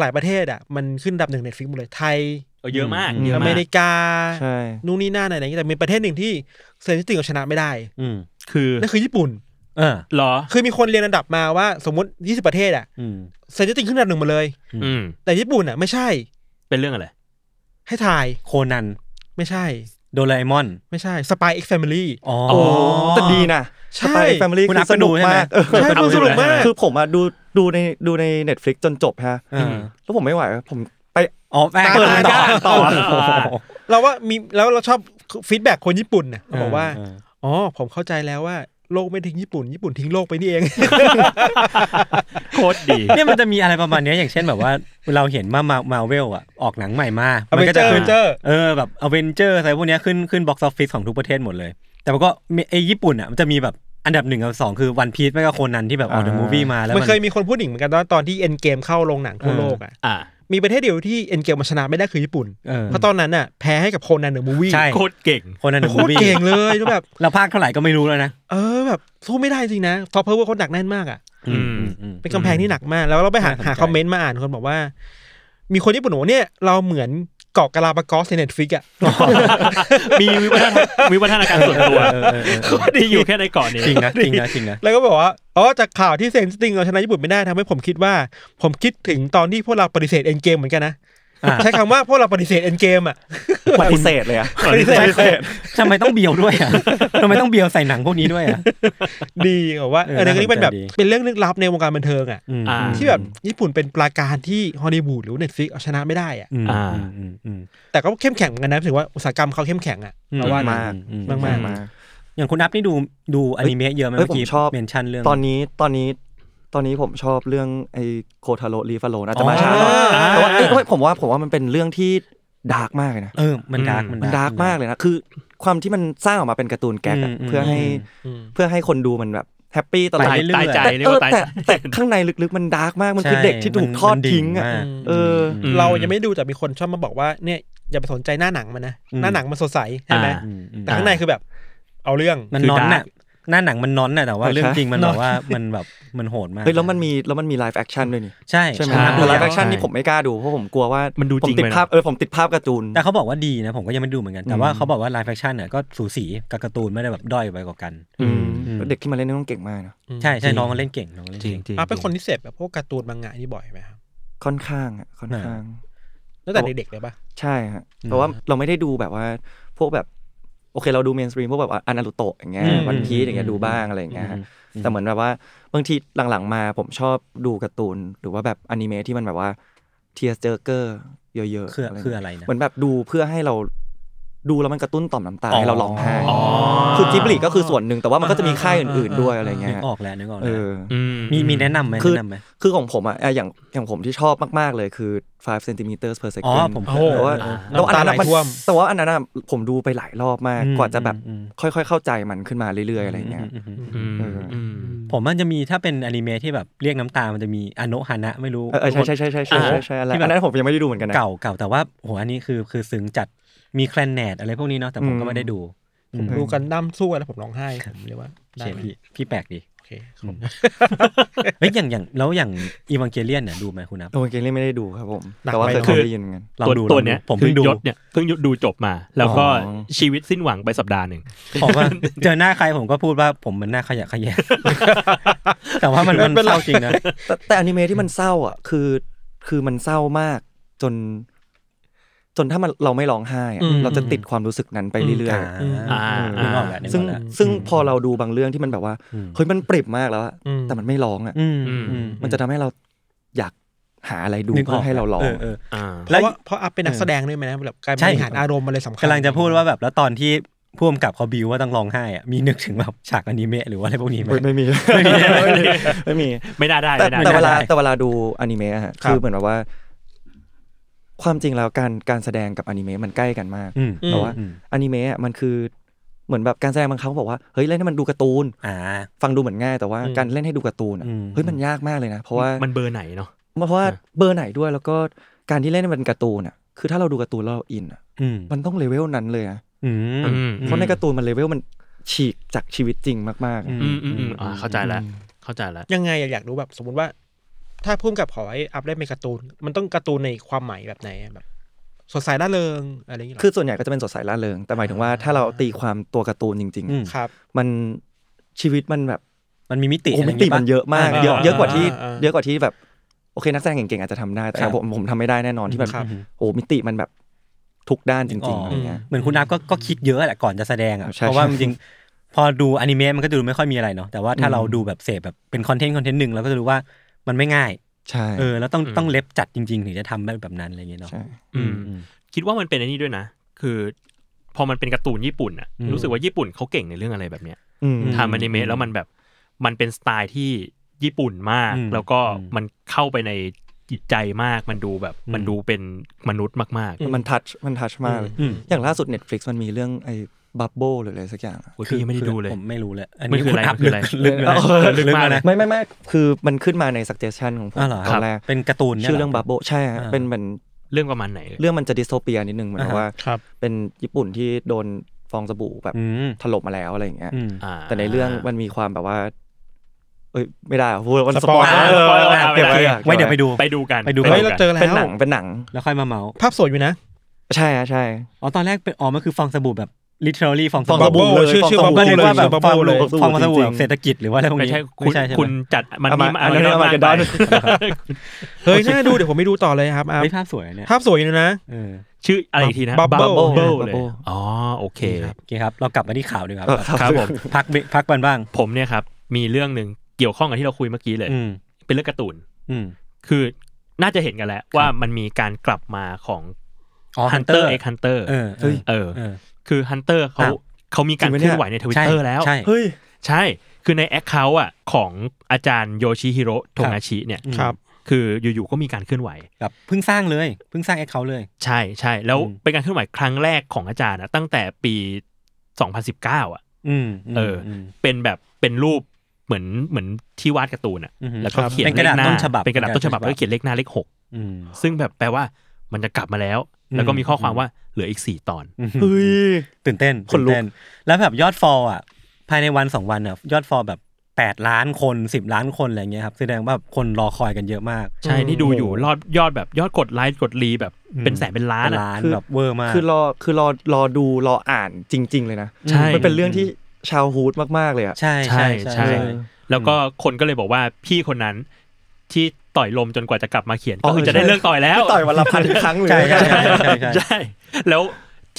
[SPEAKER 3] หลายๆประเทศอ่ะมันขึ้นอันดับหนึ่งเน็ตฟิกหมดเลยไทย
[SPEAKER 4] เออเยอะมาก
[SPEAKER 2] อืม
[SPEAKER 4] เยอะ
[SPEAKER 3] อ
[SPEAKER 4] มา
[SPEAKER 3] เม
[SPEAKER 4] ก
[SPEAKER 3] ริกา
[SPEAKER 5] ใช่
[SPEAKER 3] นู่นนี่นั่นอะไรเงี้ยแต่มีประเทศหนึ่งที่เซนติงเอาชนะไม่ได้
[SPEAKER 2] อืม
[SPEAKER 4] คือ
[SPEAKER 3] นั่นคือญี่ปุ่น
[SPEAKER 2] เออ
[SPEAKER 4] เหรอ
[SPEAKER 3] คือมีคนเรียงลำดับมาว่าสมมติ 20 ประเทศอ่ะ
[SPEAKER 2] อืม
[SPEAKER 3] เศรษฐกิจขึ้นอันดับหนึ่งหมาเลย
[SPEAKER 4] อืม
[SPEAKER 3] แต่ญี่ปุ่นอ่ะไม่ใช่
[SPEAKER 4] เป็นเรื่องอะไร
[SPEAKER 3] ให้ทาย
[SPEAKER 2] โคนัน
[SPEAKER 3] ไม่ใช่
[SPEAKER 2] โดราเอมอน
[SPEAKER 3] ไม่ใช่สปายเอ็กซ์แฟมิลี่
[SPEAKER 2] อ๋อ
[SPEAKER 5] แต่ดีนะ
[SPEAKER 3] ใช่
[SPEAKER 5] สไปแฟมิลี่
[SPEAKER 2] คุณอั
[SPEAKER 5] คือ
[SPEAKER 2] พก็
[SPEAKER 5] ส
[SPEAKER 2] ดู
[SPEAKER 5] นุก
[SPEAKER 2] ใช่ไหม
[SPEAKER 5] มากเออ
[SPEAKER 3] ใช่ดูสนุกมาก
[SPEAKER 5] คือผมอะดูดูในดูใน Netflix จนจบฮะ
[SPEAKER 2] เออ
[SPEAKER 5] แล้วผมไม่ไหวอะผมไป
[SPEAKER 2] อ๋อแม่
[SPEAKER 5] เปิด
[SPEAKER 2] ต่อ
[SPEAKER 5] ต่
[SPEAKER 2] ต่
[SPEAKER 5] อ
[SPEAKER 2] อ
[SPEAKER 3] เราว่ามีแล้วเราชอบฟีดแบ็กคนญี่ปุ่นนะเขาบอกว่า
[SPEAKER 2] เออ
[SPEAKER 3] อ๋อ ผมเข้าใจแล้วว่าโลกไม่ทิ้งญี่ปุ่น ญี่ปุ่นทิ้งโลกไปนี่เอง (laughs)
[SPEAKER 4] โคตรดี
[SPEAKER 2] เนี่ยมันจะมีอะไรประมาณเนี้ยอย่างเช่นแบบว่าเราเห็นว่ามามาเวลอ่ะ ออกหนังใหม่มา มัก็จะ
[SPEAKER 3] Avenger
[SPEAKER 2] ขึ้น
[SPEAKER 3] Avenger
[SPEAKER 2] เออแบบอเวนเจอร์อะไรพวกเนี้ยขึ้นขึ้นบ็อกซ์ออฟฟิศของทุกประเทศหมดเลย แต่มันก็มีไอญี่ปุ่นอ่ะมันจะมีแบบอันดับหนึ่งกับสองคือวันพีซไม่ก็โคนันที่แบบออกเดอะมูฟี่มาแล้ว
[SPEAKER 3] มัน
[SPEAKER 2] มัน
[SPEAKER 3] เคยมีคนพูดอีกเหมือนกันว่าตอนที่เอ็นเกมเข้าโรงหนังทั่ว
[SPEAKER 2] เออ
[SPEAKER 3] โลกอ่ะ
[SPEAKER 4] อ่า
[SPEAKER 3] มีประเทศเดียวที่เอ็นเกมมาชนะไม่ได้คือญี่ปุ่น
[SPEAKER 2] เออ
[SPEAKER 3] เพราะตอนนั้นน่ะแพ้ให้กับโคนันเดอะมูวี่
[SPEAKER 2] ใช่
[SPEAKER 4] โคตรเก่ง
[SPEAKER 2] โคนันเดอะ
[SPEAKER 3] โค
[SPEAKER 2] มู
[SPEAKER 3] ตร
[SPEAKER 2] ฟี่
[SPEAKER 3] เก่งเลยแล้วแบบ
[SPEAKER 2] เราพลาดเท่าไหร่ก็ไม่รู้แล้วนะ
[SPEAKER 3] เออแบบสู้ไม่ได้จริงนะทอปเพอร์เวอร์คนหนักแน่นมากอ่ะ
[SPEAKER 4] อืม
[SPEAKER 2] อืม
[SPEAKER 3] เป็นกำแพงที่หนักมาก แล้วเราไปหา
[SPEAKER 2] น่าสนใจ
[SPEAKER 3] หาคอมเมนต์มาอ่านคนบอกว่า มีคนญี่ปุ่นบอกว่าเนี่ยเราเหมือนเกาะกาลาปากอสในเน็ตฟิกอ่ะ
[SPEAKER 4] มีวิวัฒนาวิวัฒนาการส่วนตัว
[SPEAKER 2] เออเออเออเออ
[SPEAKER 4] ที่อยู่แค่ในเกาะนี้
[SPEAKER 2] จริงนะจริงนะจริงนะ
[SPEAKER 3] แล้วก็บอกว่า อ๋อ จากข่าวที่เซนสติงเราชนะญี่ปุ่นไม่ได้ทำให้ผมคิดว่า ผมคิดถึงตอนที่พวกเราปฏิเสธเอ็นเกมเหมือนกันนะ
[SPEAKER 2] อ่า
[SPEAKER 3] ใช้คำว่าพวกเราปฏิเสธเอ็นเกมอ่ะ
[SPEAKER 5] ปฏิเสธเลยอะ
[SPEAKER 3] ปฏิเสธ
[SPEAKER 2] ทำไมต้องเบียวด้วยอ่ะทำไมต้องเบียวใส่หนังพวกนี้ด้วยอ่ะ
[SPEAKER 3] ดีแบบว่า
[SPEAKER 2] เออ
[SPEAKER 3] เออเรื่องนี้เป็นแบบ
[SPEAKER 2] น่าสนใจดี
[SPEAKER 3] เป็นเรื่องลึกลับในวงการบันเทิงอ่ะ
[SPEAKER 2] อืม
[SPEAKER 4] อ่า
[SPEAKER 3] ที่แบบญี่ปุ่นเป็นปราการที่ฮอลลีวูดหรือเน็ตฟิกเอาชนะไม่ได้อ่ะ
[SPEAKER 2] อืม
[SPEAKER 4] อ่า
[SPEAKER 2] อืมอืมอืม
[SPEAKER 3] แต่ก็เข้มแข็งเหมือนกันนะถือว่าอุตสาหกรรมเขาเข้มแข็งอ่ะเราว่านะ
[SPEAKER 5] มาก
[SPEAKER 2] อื
[SPEAKER 3] มาก
[SPEAKER 2] อย่างคุณอัพนี่ดูดูอนิเมะเยอะไหม
[SPEAKER 5] เอ้ย
[SPEAKER 2] เมื่อกี้
[SPEAKER 5] ผมชอบ
[SPEAKER 2] เมนชั่นเรื่อง
[SPEAKER 5] ตอนนี้ตอนนี้ตอนนี้ผมชอบเรื่องไอ้โคทาโร่รีฟาโลนะ
[SPEAKER 2] อ๋
[SPEAKER 5] จะ
[SPEAKER 2] อ
[SPEAKER 5] มาช้าหน่อย
[SPEAKER 2] อ่
[SPEAKER 5] แต่ว่าเอ้ยเอ้ยผมว่าผมว่ามันเป็นเรื่องที่ดาร์กมากเลยนะ
[SPEAKER 2] เออมันดาร์ก
[SPEAKER 5] มันดาร์กมากเลยนะ คือความที่มันสร้างออกมาเป็นการ์ตูนแก๊กอะ
[SPEAKER 2] ม
[SPEAKER 5] เพื่อให้
[SPEAKER 3] อืม
[SPEAKER 5] เพื่อให้คนดูมันแบบแฮปปี้ตลอด
[SPEAKER 2] ไป
[SPEAKER 4] ตาย
[SPEAKER 2] เรื่อยๆ
[SPEAKER 4] ตายใจ
[SPEAKER 5] แต่
[SPEAKER 4] เรีย
[SPEAKER 5] เอกอ
[SPEAKER 4] ว่าตาย
[SPEAKER 5] แต่
[SPEAKER 4] ใจ
[SPEAKER 5] แต่ข้างในลึกๆมันดาร์กมาก มันคือ
[SPEAKER 2] ใช่
[SPEAKER 5] เด็กที่ถูกทอดทิ้งอะ
[SPEAKER 2] มันดิ่มมาก
[SPEAKER 5] เออ
[SPEAKER 2] อืม
[SPEAKER 3] เรายังไม่ดูแต่มีคนชอบมาบอกว่าเนี่ยอย่าไปสนใจหน้าหนังมันนะ
[SPEAKER 2] อืม
[SPEAKER 3] หน้าหนังมันสดใสใช่ไหม
[SPEAKER 4] อ่า
[SPEAKER 2] อืมอืม
[SPEAKER 3] แต่ข้างในคือแบบเอาเรื่อง
[SPEAKER 2] มัน
[SPEAKER 4] คือ
[SPEAKER 2] น้อน
[SPEAKER 4] ดาร์
[SPEAKER 2] น่ะ
[SPEAKER 4] ก
[SPEAKER 2] หน้าหนังมันน้อนน่ะแต่ว่า
[SPEAKER 5] ใช่
[SPEAKER 2] เรื่องจริงมันแบบว่ามันแบบมันโหดมาก
[SPEAKER 5] เฮ้ยแล้วมันมีแล้วมันมีไลฟ์แอคชั่นด้วยนี่
[SPEAKER 2] ใช่
[SPEAKER 5] ใช่ไหม
[SPEAKER 4] ใช่
[SPEAKER 5] ไลฟ์
[SPEAKER 2] แว
[SPEAKER 5] แอคชั่นนี่ผมไม่กล้าดูเพราะผมกลัวว่า
[SPEAKER 4] มันดู
[SPEAKER 5] ผ
[SPEAKER 4] จริ
[SPEAKER 5] ม
[SPEAKER 4] ง
[SPEAKER 5] ติด
[SPEAKER 4] ไปนะ
[SPEAKER 5] ภาพเออผมติดภาพการ์ตูน
[SPEAKER 2] แต่เขาบอกว่าดีนะผมก็ยังไม่ดูเหมือนกันแต่ว่าเขาบอกว่าไลฟ์แฟคชั่นเนี่ยก็สูสีกับการ์ตูนไม่ได้แบบด้อยไปกว่ากัน
[SPEAKER 5] อืม
[SPEAKER 2] อืม
[SPEAKER 5] แล้วเด็กที่มาเล่นนี่ต้องเก่งมากนะ
[SPEAKER 2] ใช่ใช่น้องเขาเล่นเก่งน้องเขาเล่น
[SPEAKER 4] จริง
[SPEAKER 2] เก่ง
[SPEAKER 4] จริง
[SPEAKER 3] อาเป็นคนที่เสพแบบพวกการ์ตูนบางงะนี่บ่อยไหมครับ
[SPEAKER 5] ค่อนข้างอะค่อนข้าง
[SPEAKER 3] ตั้งแต่เด็กๆเลยปะ
[SPEAKER 5] ใช่ฮะเพราะว่าเราไม่ได้ดูแบบว่าพวกแบบโอเคเราดูเมนสตรีมพวกแบบอนารุโตะอย่างเงี้ย
[SPEAKER 2] อืม
[SPEAKER 5] วันพี
[SPEAKER 2] อื
[SPEAKER 5] ซ
[SPEAKER 2] ม
[SPEAKER 5] อย่างเงี้ยดูบ้างอะไรอย่างเงี้ยฮะ
[SPEAKER 2] อืมอืม
[SPEAKER 5] แต่เหมือนแบบว่าบางทีหลังๆมาผมชอบดูการ์ตูน หรือว่าแบบอนิเมะที่มันแบบว่าเทียสเจอเกอร์เยอะๆ
[SPEAKER 2] คือ
[SPEAKER 5] ไรเงี้ย
[SPEAKER 2] คืออะไรนะ
[SPEAKER 5] เหมือนแบบดูเพื่อให้เราดูแล้วมันกระตุ้นต่อมน้ำตาให้เราร้องไห้
[SPEAKER 4] อ๋อ
[SPEAKER 5] คือกิบลิก็คือส่วนหนึ่งแต่ว่ามันก็จะมีค่ายอื่น ๆด้วยอะไรเงี้
[SPEAKER 2] นึ
[SPEAKER 5] ย
[SPEAKER 2] กออกแล้วนึกออก
[SPEAKER 5] เอ
[SPEAKER 2] แล้ว
[SPEAKER 5] อ
[SPEAKER 4] อื
[SPEAKER 2] มีมีแนะนำไหม
[SPEAKER 5] คือ
[SPEAKER 2] แนะนำไหม
[SPEAKER 5] คือของผมอะอ่ะอย่างอย่างผมที่ชอบมากๆเลยคือ 5 centimeters per
[SPEAKER 2] อ๋อ
[SPEAKER 5] second
[SPEAKER 2] ผม
[SPEAKER 3] โอ้โห
[SPEAKER 5] แต่ว่า
[SPEAKER 2] เออ
[SPEAKER 5] แต่ว่าอันนั้นอะ
[SPEAKER 3] น้ำตาไหลท่วม
[SPEAKER 5] แต่ว่าอันนั้นอะผมดูไปหลายรอบมาก
[SPEAKER 2] อืม
[SPEAKER 5] กว่าจะแบบ
[SPEAKER 2] อืม
[SPEAKER 5] ค่อยๆ เข้าใจมันขึ้นมาเรื่อยๆ อะไรเงี้ย
[SPEAKER 2] อืม
[SPEAKER 4] อืมอืม
[SPEAKER 2] ผมมันจะมีถ้าเป็นอนิเมะที่แบบเรียกน้ำตา มันจะมีอโนะฮานะไม่รู้
[SPEAKER 5] เออเออใช่ใช่ใช่ใช่ใช่ใช่ใช่อะไร
[SPEAKER 2] ที่แบบ
[SPEAKER 5] อันนั้นผมยังไม่ได้ดูเหมือนกันนะ
[SPEAKER 2] เก่าเก่าแต่ว่าโหอันนี้คือคือซึ้งจัดมีแคลนแนดอะไรพวกนี้เนาะแต่ผมก็
[SPEAKER 5] อืม
[SPEAKER 2] ไม่ได้ดูอืม
[SPEAKER 3] ดูกันดั้มสู้กันแล้วผมร้องไห้ผมเรียกว่า
[SPEAKER 2] โอ
[SPEAKER 3] ได้
[SPEAKER 2] เค
[SPEAKER 3] ไหม
[SPEAKER 2] พี่พี่แปลกดี
[SPEAKER 3] โอเคขอบคุณ
[SPEAKER 2] เฮ้ยอย่างอย่างแล้วอย่างอีวังเกเลียนเนี่ยดูไหมคุณนับ
[SPEAKER 5] โอเคเล่นไม่ได้ดูครับผม แต่ว่าเคย
[SPEAKER 4] คือ
[SPEAKER 5] ได้ยินเหมือนกัน
[SPEAKER 2] ลองดู
[SPEAKER 4] ตั
[SPEAKER 2] ล
[SPEAKER 4] ว
[SPEAKER 2] องดู
[SPEAKER 4] เนี้ย
[SPEAKER 2] ผมเพิ่งดู
[SPEAKER 4] คือยศเนี่ยเพิ่งดูจบมา แล้วก็
[SPEAKER 5] อ๋อ
[SPEAKER 4] ชีวิตสิ้นหวังไปสัปดาห์หนึ่ง
[SPEAKER 2] ผมว่าเจอหน้าใครผมก็พูดว่าผมมันหน้าขยะแขยะ แต่ว่ามันมันเศร้าจริงนะ
[SPEAKER 5] แต่แต่อนิเมะที่มันเศร้าอ่ะคือคือมันเศร้ามากจน จนถ้ามันเราไม่ร้องไห้อะเราจะติดความรู้สึกนั้นไปเรื่อยๆ
[SPEAKER 2] อ่า
[SPEAKER 4] อืม
[SPEAKER 2] นึกออกแล้วนึกอ
[SPEAKER 5] ซึ่ง
[SPEAKER 2] อกแล้ว
[SPEAKER 5] ซึ่งพอเราดูบางเรื่องที่มันแบบว่า
[SPEAKER 2] อืม
[SPEAKER 5] เฮ้ยมันปริบมากแล้วอะ
[SPEAKER 3] อืม
[SPEAKER 5] แต่มันไม่ร้องอ่ะ
[SPEAKER 2] อืม
[SPEAKER 4] อืม
[SPEAKER 2] อื
[SPEAKER 5] มันจะทำให้เราอยากหาอะไรดู
[SPEAKER 2] นึกออ
[SPEAKER 5] เพื่อกให้เราร้อง
[SPEAKER 2] เออเออ
[SPEAKER 4] อ่า
[SPEAKER 3] เพราะว่าเพราะอัพเป็นนักแสดงด้วยไหมนะแบบการ
[SPEAKER 2] ใช่
[SPEAKER 3] บริหารอารมณ์อะไรสำคัญ
[SPEAKER 2] กำลังจะพูดว่าแบบแล้วตอนที่พ่วมกับเขาบิวว่าต้องร้องไห้อะมีนึกถึงแบบฉากอนิเมะหรือว่าอะไรพวกนี้ไหม
[SPEAKER 5] เฮ้ยไม่มี
[SPEAKER 2] ไม่มี
[SPEAKER 5] ไม่มี
[SPEAKER 4] ไม่น่าได้
[SPEAKER 5] แต่
[SPEAKER 4] ไม่น่า
[SPEAKER 5] แต่เว
[SPEAKER 4] ได้
[SPEAKER 5] ลาแต่เวลาดูอนิเมะอะฮะคือเหมือนแบบว่า ความจริงแล้วการการแสดงกับอนิเมะมันใกล้กันมาก
[SPEAKER 2] อืม
[SPEAKER 5] แต่ว่า
[SPEAKER 2] อืม
[SPEAKER 5] อนิเมะอะมันคือเหมือนแบบการแสดงบางครั้งบอกว่าเฮ้ยเล่นให้มันดูการ์ตูน
[SPEAKER 2] อ่า
[SPEAKER 5] ฟังดูเหมือนง่ายแต่ว่าการเล่นให้ดูการ์ตูนอะ
[SPEAKER 2] อืม
[SPEAKER 5] เฮ้ยมันยากมากเลยนะเพราะว่า
[SPEAKER 4] มันเบอร์ไหนเนาะ
[SPEAKER 5] เพราะว่า
[SPEAKER 4] อ่ะ
[SPEAKER 5] เบอร์ไหนด้วยแล้วก็การที่เล่นเป็นการ์ตูนอ่ะคือถ้าเราดูการ์ตูนแล้วเราอินอ่ะ
[SPEAKER 2] อืม
[SPEAKER 5] มันต้องเลเวลนั้นเลยอ่ะ
[SPEAKER 2] อืม
[SPEAKER 4] อืม
[SPEAKER 5] เพราะในการ์ตูนมันเลเวลมันฉีกจากชีวิตจริงมากๆอะ
[SPEAKER 4] อืมอืมอืมอ่าเข้าใจแล้ว
[SPEAKER 5] อืม
[SPEAKER 4] เข้าใจแล้ว
[SPEAKER 3] ยังไงอะอยากรู้แบบสมมติว่า ถ้าพุ่มกับขอให้อัพได้เป็นการ์ตูน มันต้องการ์ตูนในความหมายแบบไหนอะแบบสดใสร่าเริงอะไรอย่างเงี้ย
[SPEAKER 5] คือส่วนใหญ่ก็จะเป็นสดใสร่าเริงแต่หมายถึงว่าถ้าเราตีความตัวการ์ตูนจริง
[SPEAKER 2] อืม
[SPEAKER 3] ครับ
[SPEAKER 5] ๆ มันชีวิตมันแบบ
[SPEAKER 2] มันมีมิติ
[SPEAKER 5] โอ้
[SPEAKER 2] อะไร
[SPEAKER 5] มิติ
[SPEAKER 2] ปะ
[SPEAKER 5] มันเยอะมาก
[SPEAKER 2] อ่
[SPEAKER 5] เยอะเยอะกว่าที่
[SPEAKER 3] อ่า
[SPEAKER 5] เยอะกว่าที่แบบ โอเคนักแสดงเก่งๆอาจจะทำได้แต่
[SPEAKER 2] ครับ
[SPEAKER 5] ผมผมทำไม่ได้แน่นอนที่แบบ
[SPEAKER 3] ครับ
[SPEAKER 5] โอ้มิติมันแบบทุกด้านจริง
[SPEAKER 2] อ๋
[SPEAKER 5] ๆ
[SPEAKER 2] ออ
[SPEAKER 5] อะไรเงี้ย
[SPEAKER 2] เหมือนคุณนับก็ก็คิดเยอะแหละก่อนจะแสดงอ่ะ
[SPEAKER 5] ใช่
[SPEAKER 2] เพราะว่า
[SPEAKER 5] ใช่
[SPEAKER 2] จริงๆพอดูอนิเมะมันก็ดูไม่ค่อยมีอะไรเนาะแต่ว่าถ้า
[SPEAKER 5] อืม
[SPEAKER 2] เราดูแบบเสพแบบเป็นคอนเทนต์คอนเทนต์หนึ่งเราก็จะรู้ว่ามันไม่ง่าย
[SPEAKER 5] ใช่
[SPEAKER 2] เออแล้วต้อง
[SPEAKER 3] อืม
[SPEAKER 2] ต้องเล็บจัดจริงๆ ถึงจะทำได้แบบนั้นอะไรอย่างเงี้ยเนาะ
[SPEAKER 5] ใช่
[SPEAKER 4] อืม คิดว่ามันเป็นอันนี้ด้วยนะ คือพอมันเป็นการ์ตูนญี่ปุ่นอ่ะ รู้สึกว่าญี่ปุ่นเขาเก่งในเรื่องอะไรแบบเนี้ย
[SPEAKER 5] อืม
[SPEAKER 4] ทำอนิเมะแล้วมันแบบ มันเป็นสไตล์ที่ญี่ปุ่นมาก
[SPEAKER 2] อืม
[SPEAKER 4] แล้วก็
[SPEAKER 2] อืม
[SPEAKER 4] มันเข้าไปในจิตใจมาก มันดูแบบมันดูเป็นมนุษย์มาก
[SPEAKER 5] มันทัชมันทัชมากเลย
[SPEAKER 2] อืม
[SPEAKER 5] อย่างล่าสุด Netflix มันมีเรื่องไอ้บับเบิลหรืออะไรสักอย่างอะ
[SPEAKER 4] ๆโอ้ยพี่ยังไม่ได้ดูเลย
[SPEAKER 2] ผมไม่รู้เลย
[SPEAKER 4] มันคืออะไร
[SPEAKER 2] ณพ
[SPEAKER 4] มันคืออะไร
[SPEAKER 2] ลึกเลย
[SPEAKER 4] เออลึกมาก
[SPEAKER 2] เล
[SPEAKER 4] เลย ย
[SPEAKER 5] ไม่ไม่ไม่คือมันขึ้นมาใน suggestion ของผม
[SPEAKER 2] อ๋อเหรอ
[SPEAKER 5] ตอนแรก
[SPEAKER 2] เป็นการ์ตูนนี่ย
[SPEAKER 5] ชื่อเรื่อง
[SPEAKER 2] ห
[SPEAKER 5] บับเบิลใช่ฮะ
[SPEAKER 2] อ่า
[SPEAKER 5] เป็นเป็น
[SPEAKER 4] เรื่องประมาณไหน
[SPEAKER 5] เรื่องมันจะดิสโทเปียนิดนึงเหมือนกับว่า
[SPEAKER 3] ครับ
[SPEAKER 5] เป็นญี่ปุ่นที่โดนฟองสบู่แบบ
[SPEAKER 2] อืม
[SPEAKER 5] ถล่มมาแล้วอะไรอย่างเงี้ย
[SPEAKER 2] อืม
[SPEAKER 4] อ่า
[SPEAKER 5] แต่ในเรื่องมันมีความแบบว่า เอ้ยไม่ได้อะพูดมันส
[SPEAKER 3] ส
[SPEAKER 5] ป
[SPEAKER 3] ป
[SPEAKER 5] อ
[SPEAKER 3] อย ย
[SPEAKER 5] ล์นะ
[SPEAKER 4] เออ
[SPEAKER 5] เออ
[SPEAKER 4] เอาเอา
[SPEAKER 5] เก็บไว้
[SPEAKER 4] เอา
[SPEAKER 5] อะก็บ
[SPEAKER 2] ไว้เดี๋ยวไปดู
[SPEAKER 4] ไปดูกัน
[SPEAKER 2] ไปดู
[SPEAKER 3] เฮ้ยเราเจอ
[SPEAKER 5] เป็น
[SPEAKER 3] แล้
[SPEAKER 5] หนั
[SPEAKER 3] ว
[SPEAKER 5] งเป็นหนัง
[SPEAKER 2] แล้วค่อยมาเมาส์
[SPEAKER 3] ภาพสวยอยู่นะ
[SPEAKER 5] ใช่ฮะใช่
[SPEAKER 2] อ๋อตอนแรกเป็นอ๋อมันคือฟองสบู่แบบ literally ฟอง
[SPEAKER 5] ฟองสบู่เลย
[SPEAKER 3] ชื่อชื่อ
[SPEAKER 5] ฟ
[SPEAKER 3] บั
[SPEAKER 5] อง
[SPEAKER 3] บ
[SPEAKER 5] ส
[SPEAKER 3] เบิ้ลเลย
[SPEAKER 5] บู่ว่าแบบ
[SPEAKER 3] ชื่อบับเบิ้ลเลย
[SPEAKER 2] ฟองสบู่
[SPEAKER 5] จริงๆ
[SPEAKER 2] แบบเศรษฐกิจหรือว่าอะไรพวก
[SPEAKER 4] ไม่
[SPEAKER 2] นี้
[SPEAKER 4] ใช่คุณ
[SPEAKER 2] ใช่ใช่ไหม
[SPEAKER 4] คุณจัดมัน
[SPEAKER 5] เอา
[SPEAKER 4] มี
[SPEAKER 5] มา
[SPEAKER 4] อะไร
[SPEAKER 5] เอา
[SPEAKER 4] บ้าง
[SPEAKER 5] มาเอามากันได้
[SPEAKER 3] เฮ้ยน่าดูเดี๋ยวผมไปดูต่อเลยครับอาร์ม
[SPEAKER 2] เฮ้ยภาพสวยนะเนี่ย
[SPEAKER 3] ภาพสวยอยู่นะ
[SPEAKER 2] เออ
[SPEAKER 4] ชื่ออะไรอีกทีนะ
[SPEAKER 3] Bubble
[SPEAKER 4] Bubble เลย
[SPEAKER 5] Bubble
[SPEAKER 4] อ๋อโอเค
[SPEAKER 2] โอเคครับ เรากลับมาที่ข่าวดีกว่า
[SPEAKER 5] เออครับ
[SPEAKER 4] ครับผม
[SPEAKER 2] พักเบรกพักบันบ้าง
[SPEAKER 4] ผมเนี่ยครับ มีเรื่องหนึ่งเกี่ยวข้องกับที่เราคุยเมื่อกี้เลย
[SPEAKER 2] อืม
[SPEAKER 4] เป็นเรื่องการ์ตูน
[SPEAKER 2] อืม
[SPEAKER 4] คือน่าจะเห็นกันแล้วว่ามันมีการกลับมาของ
[SPEAKER 2] อ๋อ
[SPEAKER 4] Hunter
[SPEAKER 2] Hunter
[SPEAKER 4] x Hunter
[SPEAKER 2] เออเอ
[SPEAKER 5] เฮ้
[SPEAKER 2] อย
[SPEAKER 4] เออ
[SPEAKER 2] เออ
[SPEAKER 4] คือ Hunter เขา
[SPEAKER 2] อ้าว
[SPEAKER 4] เขามีการเคลื่อนไหวในทวิต
[SPEAKER 2] ใช่
[SPEAKER 4] เตอร์แล้ว
[SPEAKER 2] ใช่
[SPEAKER 5] เฮ้ย
[SPEAKER 4] ใช่ คือในแอคเคาท์อ่ะของอาจารย์โยชิฮิโร่โทงาชิเนี่ย
[SPEAKER 2] อืม
[SPEAKER 3] ครับ
[SPEAKER 4] คืออยู่ๆก็มีการเคลื่อนไหว
[SPEAKER 2] แบบเพิ่งสร้างเลยเพิ่งสร้างแอคเคาท์เลย
[SPEAKER 4] ใช่ใช่แล้ว
[SPEAKER 2] อืม
[SPEAKER 4] เป็นการเคลื่อนไหวครั้งแรกของอาจารย์นะตั้งแต่ปี 2019 อ่ะ
[SPEAKER 2] อืม
[SPEAKER 4] เอออ
[SPEAKER 2] ม
[SPEAKER 4] เป็นแบบเป็นรูปเหมือนเหมือนที่วาดการ์ตูนอ่ะ
[SPEAKER 2] อือฮึ
[SPEAKER 4] แล้วก็
[SPEAKER 2] ครับ
[SPEAKER 4] เขียน
[SPEAKER 2] เป็นกระดาษ
[SPEAKER 4] เลขห
[SPEAKER 2] ต้นฉบับ
[SPEAKER 4] เป็นกระดาษต้นฉบับ
[SPEAKER 2] เป็นกระดาษ
[SPEAKER 4] แล้วก็เขียนเลขหน้าเลขหก
[SPEAKER 2] อืม
[SPEAKER 4] ซึ่งแบบแปลว่ามันจะกลับมาแล้ว
[SPEAKER 2] อืม
[SPEAKER 4] แล้วก็มีข้อความว่าเหลืออีกสี่ตอน
[SPEAKER 5] เฮ้ย
[SPEAKER 2] ตื่นเต้น
[SPEAKER 5] ขนลุก
[SPEAKER 2] ตื่เต้แล้วแบบยอดฟอลอ่ะ ภายในวันสองวันอ่ะ ยอดฟอลแบบแปดล้านคนสิบล้านคนอะไรเงี้ยครับ แสดงว่าคนรอคอยกันเยอะมาก
[SPEAKER 4] ใช่นี่ดูอยู่รอดยอดแบบยอดกดไลค์กดรีแบบ
[SPEAKER 2] อืม
[SPEAKER 4] เป็นแสนเป็นล้าน
[SPEAKER 2] เป็น
[SPEAKER 4] อ่ะ
[SPEAKER 2] ล้าน
[SPEAKER 5] คือ
[SPEAKER 2] แบบเวอร์มาก
[SPEAKER 5] คือรอคือรอรอดูรออ่านจริง ๆ เลยนะ
[SPEAKER 4] ใช่
[SPEAKER 5] มันเป็นเรื่องที่ชาวฮูดมากๆเลยอ่ะ
[SPEAKER 2] ใช่ใช่ใช่
[SPEAKER 4] ใช่ แล้วก็คนก็เลยบอกว่าพี่คนนั้นที่ต่อยลมจนกว่าจะกลับมาเขียน
[SPEAKER 5] อ๋
[SPEAKER 4] ก็
[SPEAKER 5] อ
[SPEAKER 4] คือ
[SPEAKER 5] ใช่
[SPEAKER 4] จะได้เลิกต่อยแล้ว
[SPEAKER 5] ต่อยวันละพันครั้งเลย
[SPEAKER 2] ใช่ใช่ใช่ใช่
[SPEAKER 4] ใช่ แล้ว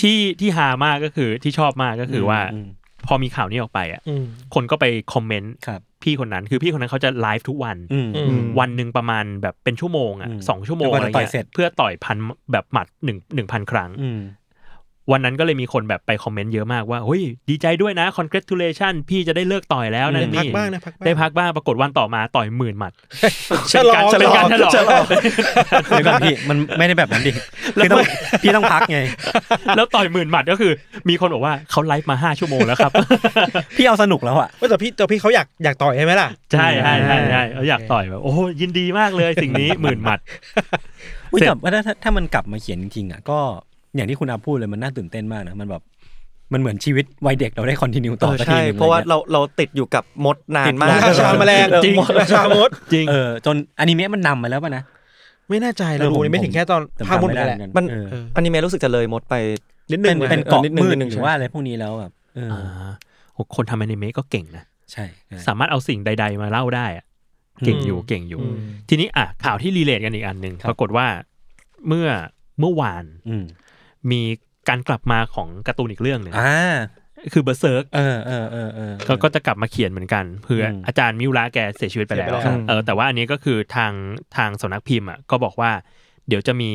[SPEAKER 4] ที่ที่ฮามากก็คือที่ชอบมากก็คือว่า
[SPEAKER 2] อืม
[SPEAKER 4] พอมีข่าวนี้ออกไปอ่ะ
[SPEAKER 3] อืม
[SPEAKER 4] คนก็ไปคอมเมนต์
[SPEAKER 2] ครับ
[SPEAKER 4] พี่คนนั้นคือพี่คนนั้นเขาจะไลฟ์ทุกวัน
[SPEAKER 2] อืม
[SPEAKER 5] อืม
[SPEAKER 4] วันหนึ่งประมาณแบบเป็นชั่วโมงอ่ะ
[SPEAKER 2] อืม
[SPEAKER 4] สองชั่วโมง
[SPEAKER 2] แล้วก็
[SPEAKER 4] อะไร
[SPEAKER 2] ต่อย
[SPEAKER 4] เงี้
[SPEAKER 2] เสร็จ
[SPEAKER 4] ยเพื่อต่อยพันแบบหมัดหนึ่งหนึ่งพันครั้ง
[SPEAKER 2] อืม
[SPEAKER 4] วันนั้นก็เลยมีคนแบบไปคอมเมนต์เยอะมากว่าเฮ้ยดีใจด้วยนะ congratulation พี่จะได้เลิกต่อยแล้วนะ
[SPEAKER 2] ได้
[SPEAKER 4] นี่
[SPEAKER 3] พักบ้างนะพักบ้าง
[SPEAKER 4] ได้พักบ้างปรากฏวันต่อมาต่อยหมื่นหมัด
[SPEAKER 3] ฉลอง
[SPEAKER 4] เป็นการฉลอง
[SPEAKER 2] เดี๋ยวก่อนพี่มันไม่ (laughs) ได้แบบนั้นดิคือต้องพี่ต้องพักไง
[SPEAKER 4] (laughs) แล้วต่อยหมื่นหมัดก็คือ มีคนบอกว่าเขาไลฟ์มาห้าชั่วโมงแล้ว
[SPEAKER 2] (laughs)
[SPEAKER 4] ครับ
[SPEAKER 2] พี่เอาสนุกแล้วอ่ะ
[SPEAKER 3] เว้ยแต่พี่แต่พี่เขาอยากอยากต่อยใช่ไหมล่ะ
[SPEAKER 4] ใช่ใช่ใช่ใช่เขาอยากต่อยแบบโอ้โหยินดีมากเลยสิ่งนี้ หมื่นหมัด
[SPEAKER 2] อุ้ย
[SPEAKER 4] เสร็จ
[SPEAKER 2] แต่ว่าถ้าถ้าถ้ามันกลับมาเขียนจริงๆอ่ะก็อย่างที่คุณอาพูดเลยมันน่าตื่นเต้นมากนะมันแบบมันเหมือนชีวิตวัยเด็กเราได้คอนติเนียต่
[SPEAKER 5] ต่
[SPEAKER 2] อ
[SPEAKER 5] อ
[SPEAKER 2] สักที
[SPEAKER 5] ใช่
[SPEAKER 2] หนึ่ง
[SPEAKER 5] เพราะว่า
[SPEAKER 2] อไงี้ย
[SPEAKER 5] เราเราติดอยู่กับมดนา
[SPEAKER 2] ติ
[SPEAKER 5] น
[SPEAKER 2] ด
[SPEAKER 5] มาก
[SPEAKER 2] ราชาแมลง
[SPEAKER 4] จริง
[SPEAKER 5] มดราชามด
[SPEAKER 4] จริง
[SPEAKER 2] เออจนอนิเมะมันนำมาแล้วป่ะนะ
[SPEAKER 3] ไม่แน่ใจเรา
[SPEAKER 2] เออ
[SPEAKER 3] ดู
[SPEAKER 2] ผม
[SPEAKER 3] ไม่ถึงแค่ตอน
[SPEAKER 2] ผมจำ
[SPEAKER 3] ภาพมด
[SPEAKER 2] ไม่
[SPEAKER 3] เหมือน
[SPEAKER 2] ได้
[SPEAKER 3] กันแหละ
[SPEAKER 2] เหมือนกัน
[SPEAKER 5] มัน
[SPEAKER 2] เออ
[SPEAKER 5] อนิเมะรู้สึกจะเลยมดไป
[SPEAKER 3] นิดนึ
[SPEAKER 2] เป็
[SPEAKER 3] ง
[SPEAKER 2] น
[SPEAKER 3] เลย
[SPEAKER 2] เป็นเกาะ
[SPEAKER 5] นิดนึง
[SPEAKER 2] มืด
[SPEAKER 5] นิดนึ
[SPEAKER 2] ห
[SPEAKER 5] งใช่
[SPEAKER 2] รือว่าอะไรพวกนี้แล้วแบบเออ
[SPEAKER 4] อ่าโหคนทำอนิเมะก็เก่งนะ
[SPEAKER 2] ใช่ใช่
[SPEAKER 4] สามารถเอาสิ่งใด ๆ มาเล่าได้อะเก่งอยู่เก่งอยู่ ทีนี้อ่ะข่าวที่รีเลทกันอีกอันหนึ่ง
[SPEAKER 2] ครับ
[SPEAKER 4] ปรากฏว่าเมื่อเมื่อวาน
[SPEAKER 2] อืม
[SPEAKER 4] มีการกลับมาของการ์ตูนอีกเรื่องหนึ่ง
[SPEAKER 2] อ่า
[SPEAKER 4] คือเบอร์เซิร์ก
[SPEAKER 2] เออเออเออเออ
[SPEAKER 4] เขาก็จะกลับมาเขียนเหมือนกันคืออ
[SPEAKER 2] ม
[SPEAKER 4] อาจารย์มิวระแกเสียชีวิตไปแล้ว
[SPEAKER 3] เสียไปแล้ว
[SPEAKER 4] เออแต่ว่าอันนี้ก็คือทางทางสำนักพิมพ์อ่ะก็บอกว่า เดี๋ยวจะมี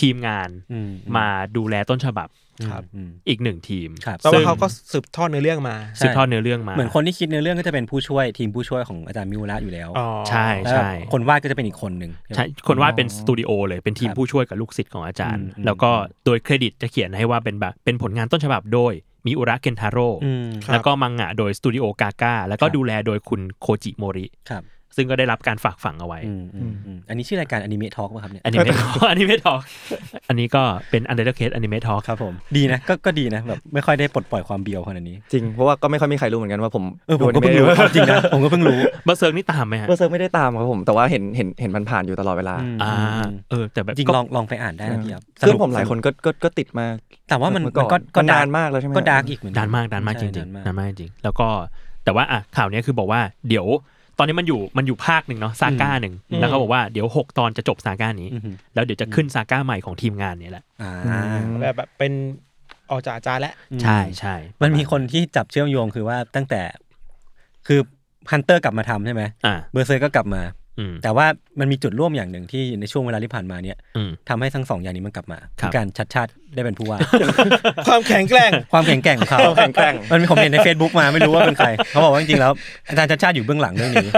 [SPEAKER 4] ทีมงาน
[SPEAKER 2] อืม
[SPEAKER 4] มาดูแลต้นฉบับ
[SPEAKER 2] ครับอืม
[SPEAKER 4] อีกหนึ่งทีม
[SPEAKER 2] ครับ
[SPEAKER 3] แต่
[SPEAKER 4] ซึ่
[SPEAKER 3] ว่าง เขาก็สืบทอดในเรื่องมา
[SPEAKER 4] สืบทอดเนื้อเรื่องมา
[SPEAKER 2] เหมือนคนที่คิดในเรื่องก็จะเป็นผู้ช่วยทีมผู้ช่วยของอาจารย์มิวระอยู่แล้ว
[SPEAKER 3] อ๋อ
[SPEAKER 4] ใช่
[SPEAKER 2] แล้ว
[SPEAKER 4] ใช่
[SPEAKER 2] คนวาดก็จะเป็นอีกคนหนึ่ง
[SPEAKER 4] ใช่คนวาดเป็นสตูดิโอเลยเป็นทีม
[SPEAKER 2] ครับ
[SPEAKER 4] ผู้ช่วยกับลูกศิษย์ของอาจารย์
[SPEAKER 2] อืม
[SPEAKER 4] แล้วก็โดยเครดิตจะเขียนให้ว่าเป็นแบบเป็นผลงานต้นฉบับโดยมิอุระเคนทาโร่
[SPEAKER 2] อืม
[SPEAKER 3] ครับ
[SPEAKER 4] แล้วก็มังงะโดยสตูดิโอกาก้าแล้วก็
[SPEAKER 2] ครับ
[SPEAKER 4] ดูแลโดยคุณโคจิโมริ
[SPEAKER 2] ครับ
[SPEAKER 4] ซึ่งก็ได้รับการฝากฝังเอาไว้
[SPEAKER 2] อืมอืมอืมอันนี้ชื่อรายการอนิเมะทอล์กป่ะครับเนี่ย
[SPEAKER 4] อันนี้ไม่ทออันนี้ไม่ทอ (laughs) อันนี้ก็เป็นอันเดอร์เคสอันนี้ไม่ทอ
[SPEAKER 2] ครับผมดีนะก็ก็ดีนะแบบไม่ค่อยได้ปลดปล่อยความเบียวขนาดนี้
[SPEAKER 5] จริง เพราะว่าก็ไม่ค่อยมีใครรู้เหมือนกันว่าผม
[SPEAKER 2] เออผมก็เพิ่ง
[SPEAKER 5] ดู
[SPEAKER 2] รู้
[SPEAKER 5] อนิเมะ
[SPEAKER 2] เอาจริงนะผมก็เพิ่งรู้
[SPEAKER 4] เบอร์เซิร์กนี่ตามไหมฮะ
[SPEAKER 5] เบอร์เซิร์กไม่ได้ตามครับผม แต่ว่าเห็นเห็นเห็นมันผ่านอยู่ตลอดเวลา
[SPEAKER 4] อ่าเออแต่แบบ
[SPEAKER 2] จริง
[SPEAKER 4] ก็
[SPEAKER 2] ลองลองไปอ่านได้นะพี่ครับ
[SPEAKER 5] เพื่อนผมหลายคนก็ก็ก็ติดมาก
[SPEAKER 2] แต่ว่ามัน
[SPEAKER 5] เมื่อก่
[SPEAKER 2] มั
[SPEAKER 5] อน
[SPEAKER 2] นก็
[SPEAKER 5] มันนาน
[SPEAKER 2] ดร์
[SPEAKER 5] มากแล้วใช่ไหม
[SPEAKER 2] ก็ดาร์กอีกเหมือน
[SPEAKER 4] ดันมากดันมากจ
[SPEAKER 2] ใช่
[SPEAKER 4] ริง
[SPEAKER 2] ดัน
[SPEAKER 4] ๆ
[SPEAKER 2] มาก
[SPEAKER 4] ดันมากจริงๆแล้วก็ แต่ว่าอ่ะข่าวเนี้ยคือบอกว่าเดี๋ยวตอนนี้มันอยู่มันอยู่ภาคหนึ่งเนาะซาก้าหนึ่งแล้วเขาบอกว่าเดี๋ยวหกตอนจะจบซาก้านี้
[SPEAKER 2] อือหือ
[SPEAKER 4] แล้วเดี๋ยวจะขึ้นซาก้าใหม่ของทีมงานเนี่ยแหละ
[SPEAKER 2] อ่า
[SPEAKER 3] แบบแบบเป็นออกจากอาจารย์แล้ว
[SPEAKER 4] ใช่ใช่
[SPEAKER 2] มันมีคนที่จับเชื่อมโยงคือว่าตั้งแต่ คือฮันเตอร์กลับมาทำใช่ไหม
[SPEAKER 4] อ่า
[SPEAKER 2] เบอร์เซอร์ก็กลับมา
[SPEAKER 4] อืม
[SPEAKER 2] แต่ว่ามันมีจุดร่วมอย่างหนึ่งที่ในช่วงเวลาที่ผ่านมาเนี่ย
[SPEAKER 4] อืม
[SPEAKER 2] ทำให้ทั้งสองอย่างนี้มันกลับมา
[SPEAKER 4] ครับ
[SPEAKER 2] การชัดชาติได้เป็นผู้ว่า
[SPEAKER 3] ความแข็งแกร่ง
[SPEAKER 2] ความแข็งแกร่งของเขา
[SPEAKER 5] ความแข็งแกร่ง
[SPEAKER 2] มันมีผมเห็นใน Facebook มาไม่รู้ว่าเป็นใคร เขาบอกว่าจริงๆแล้วอาจารย์ชัดชาติอยู่เบื้องหลังเรื่องนี้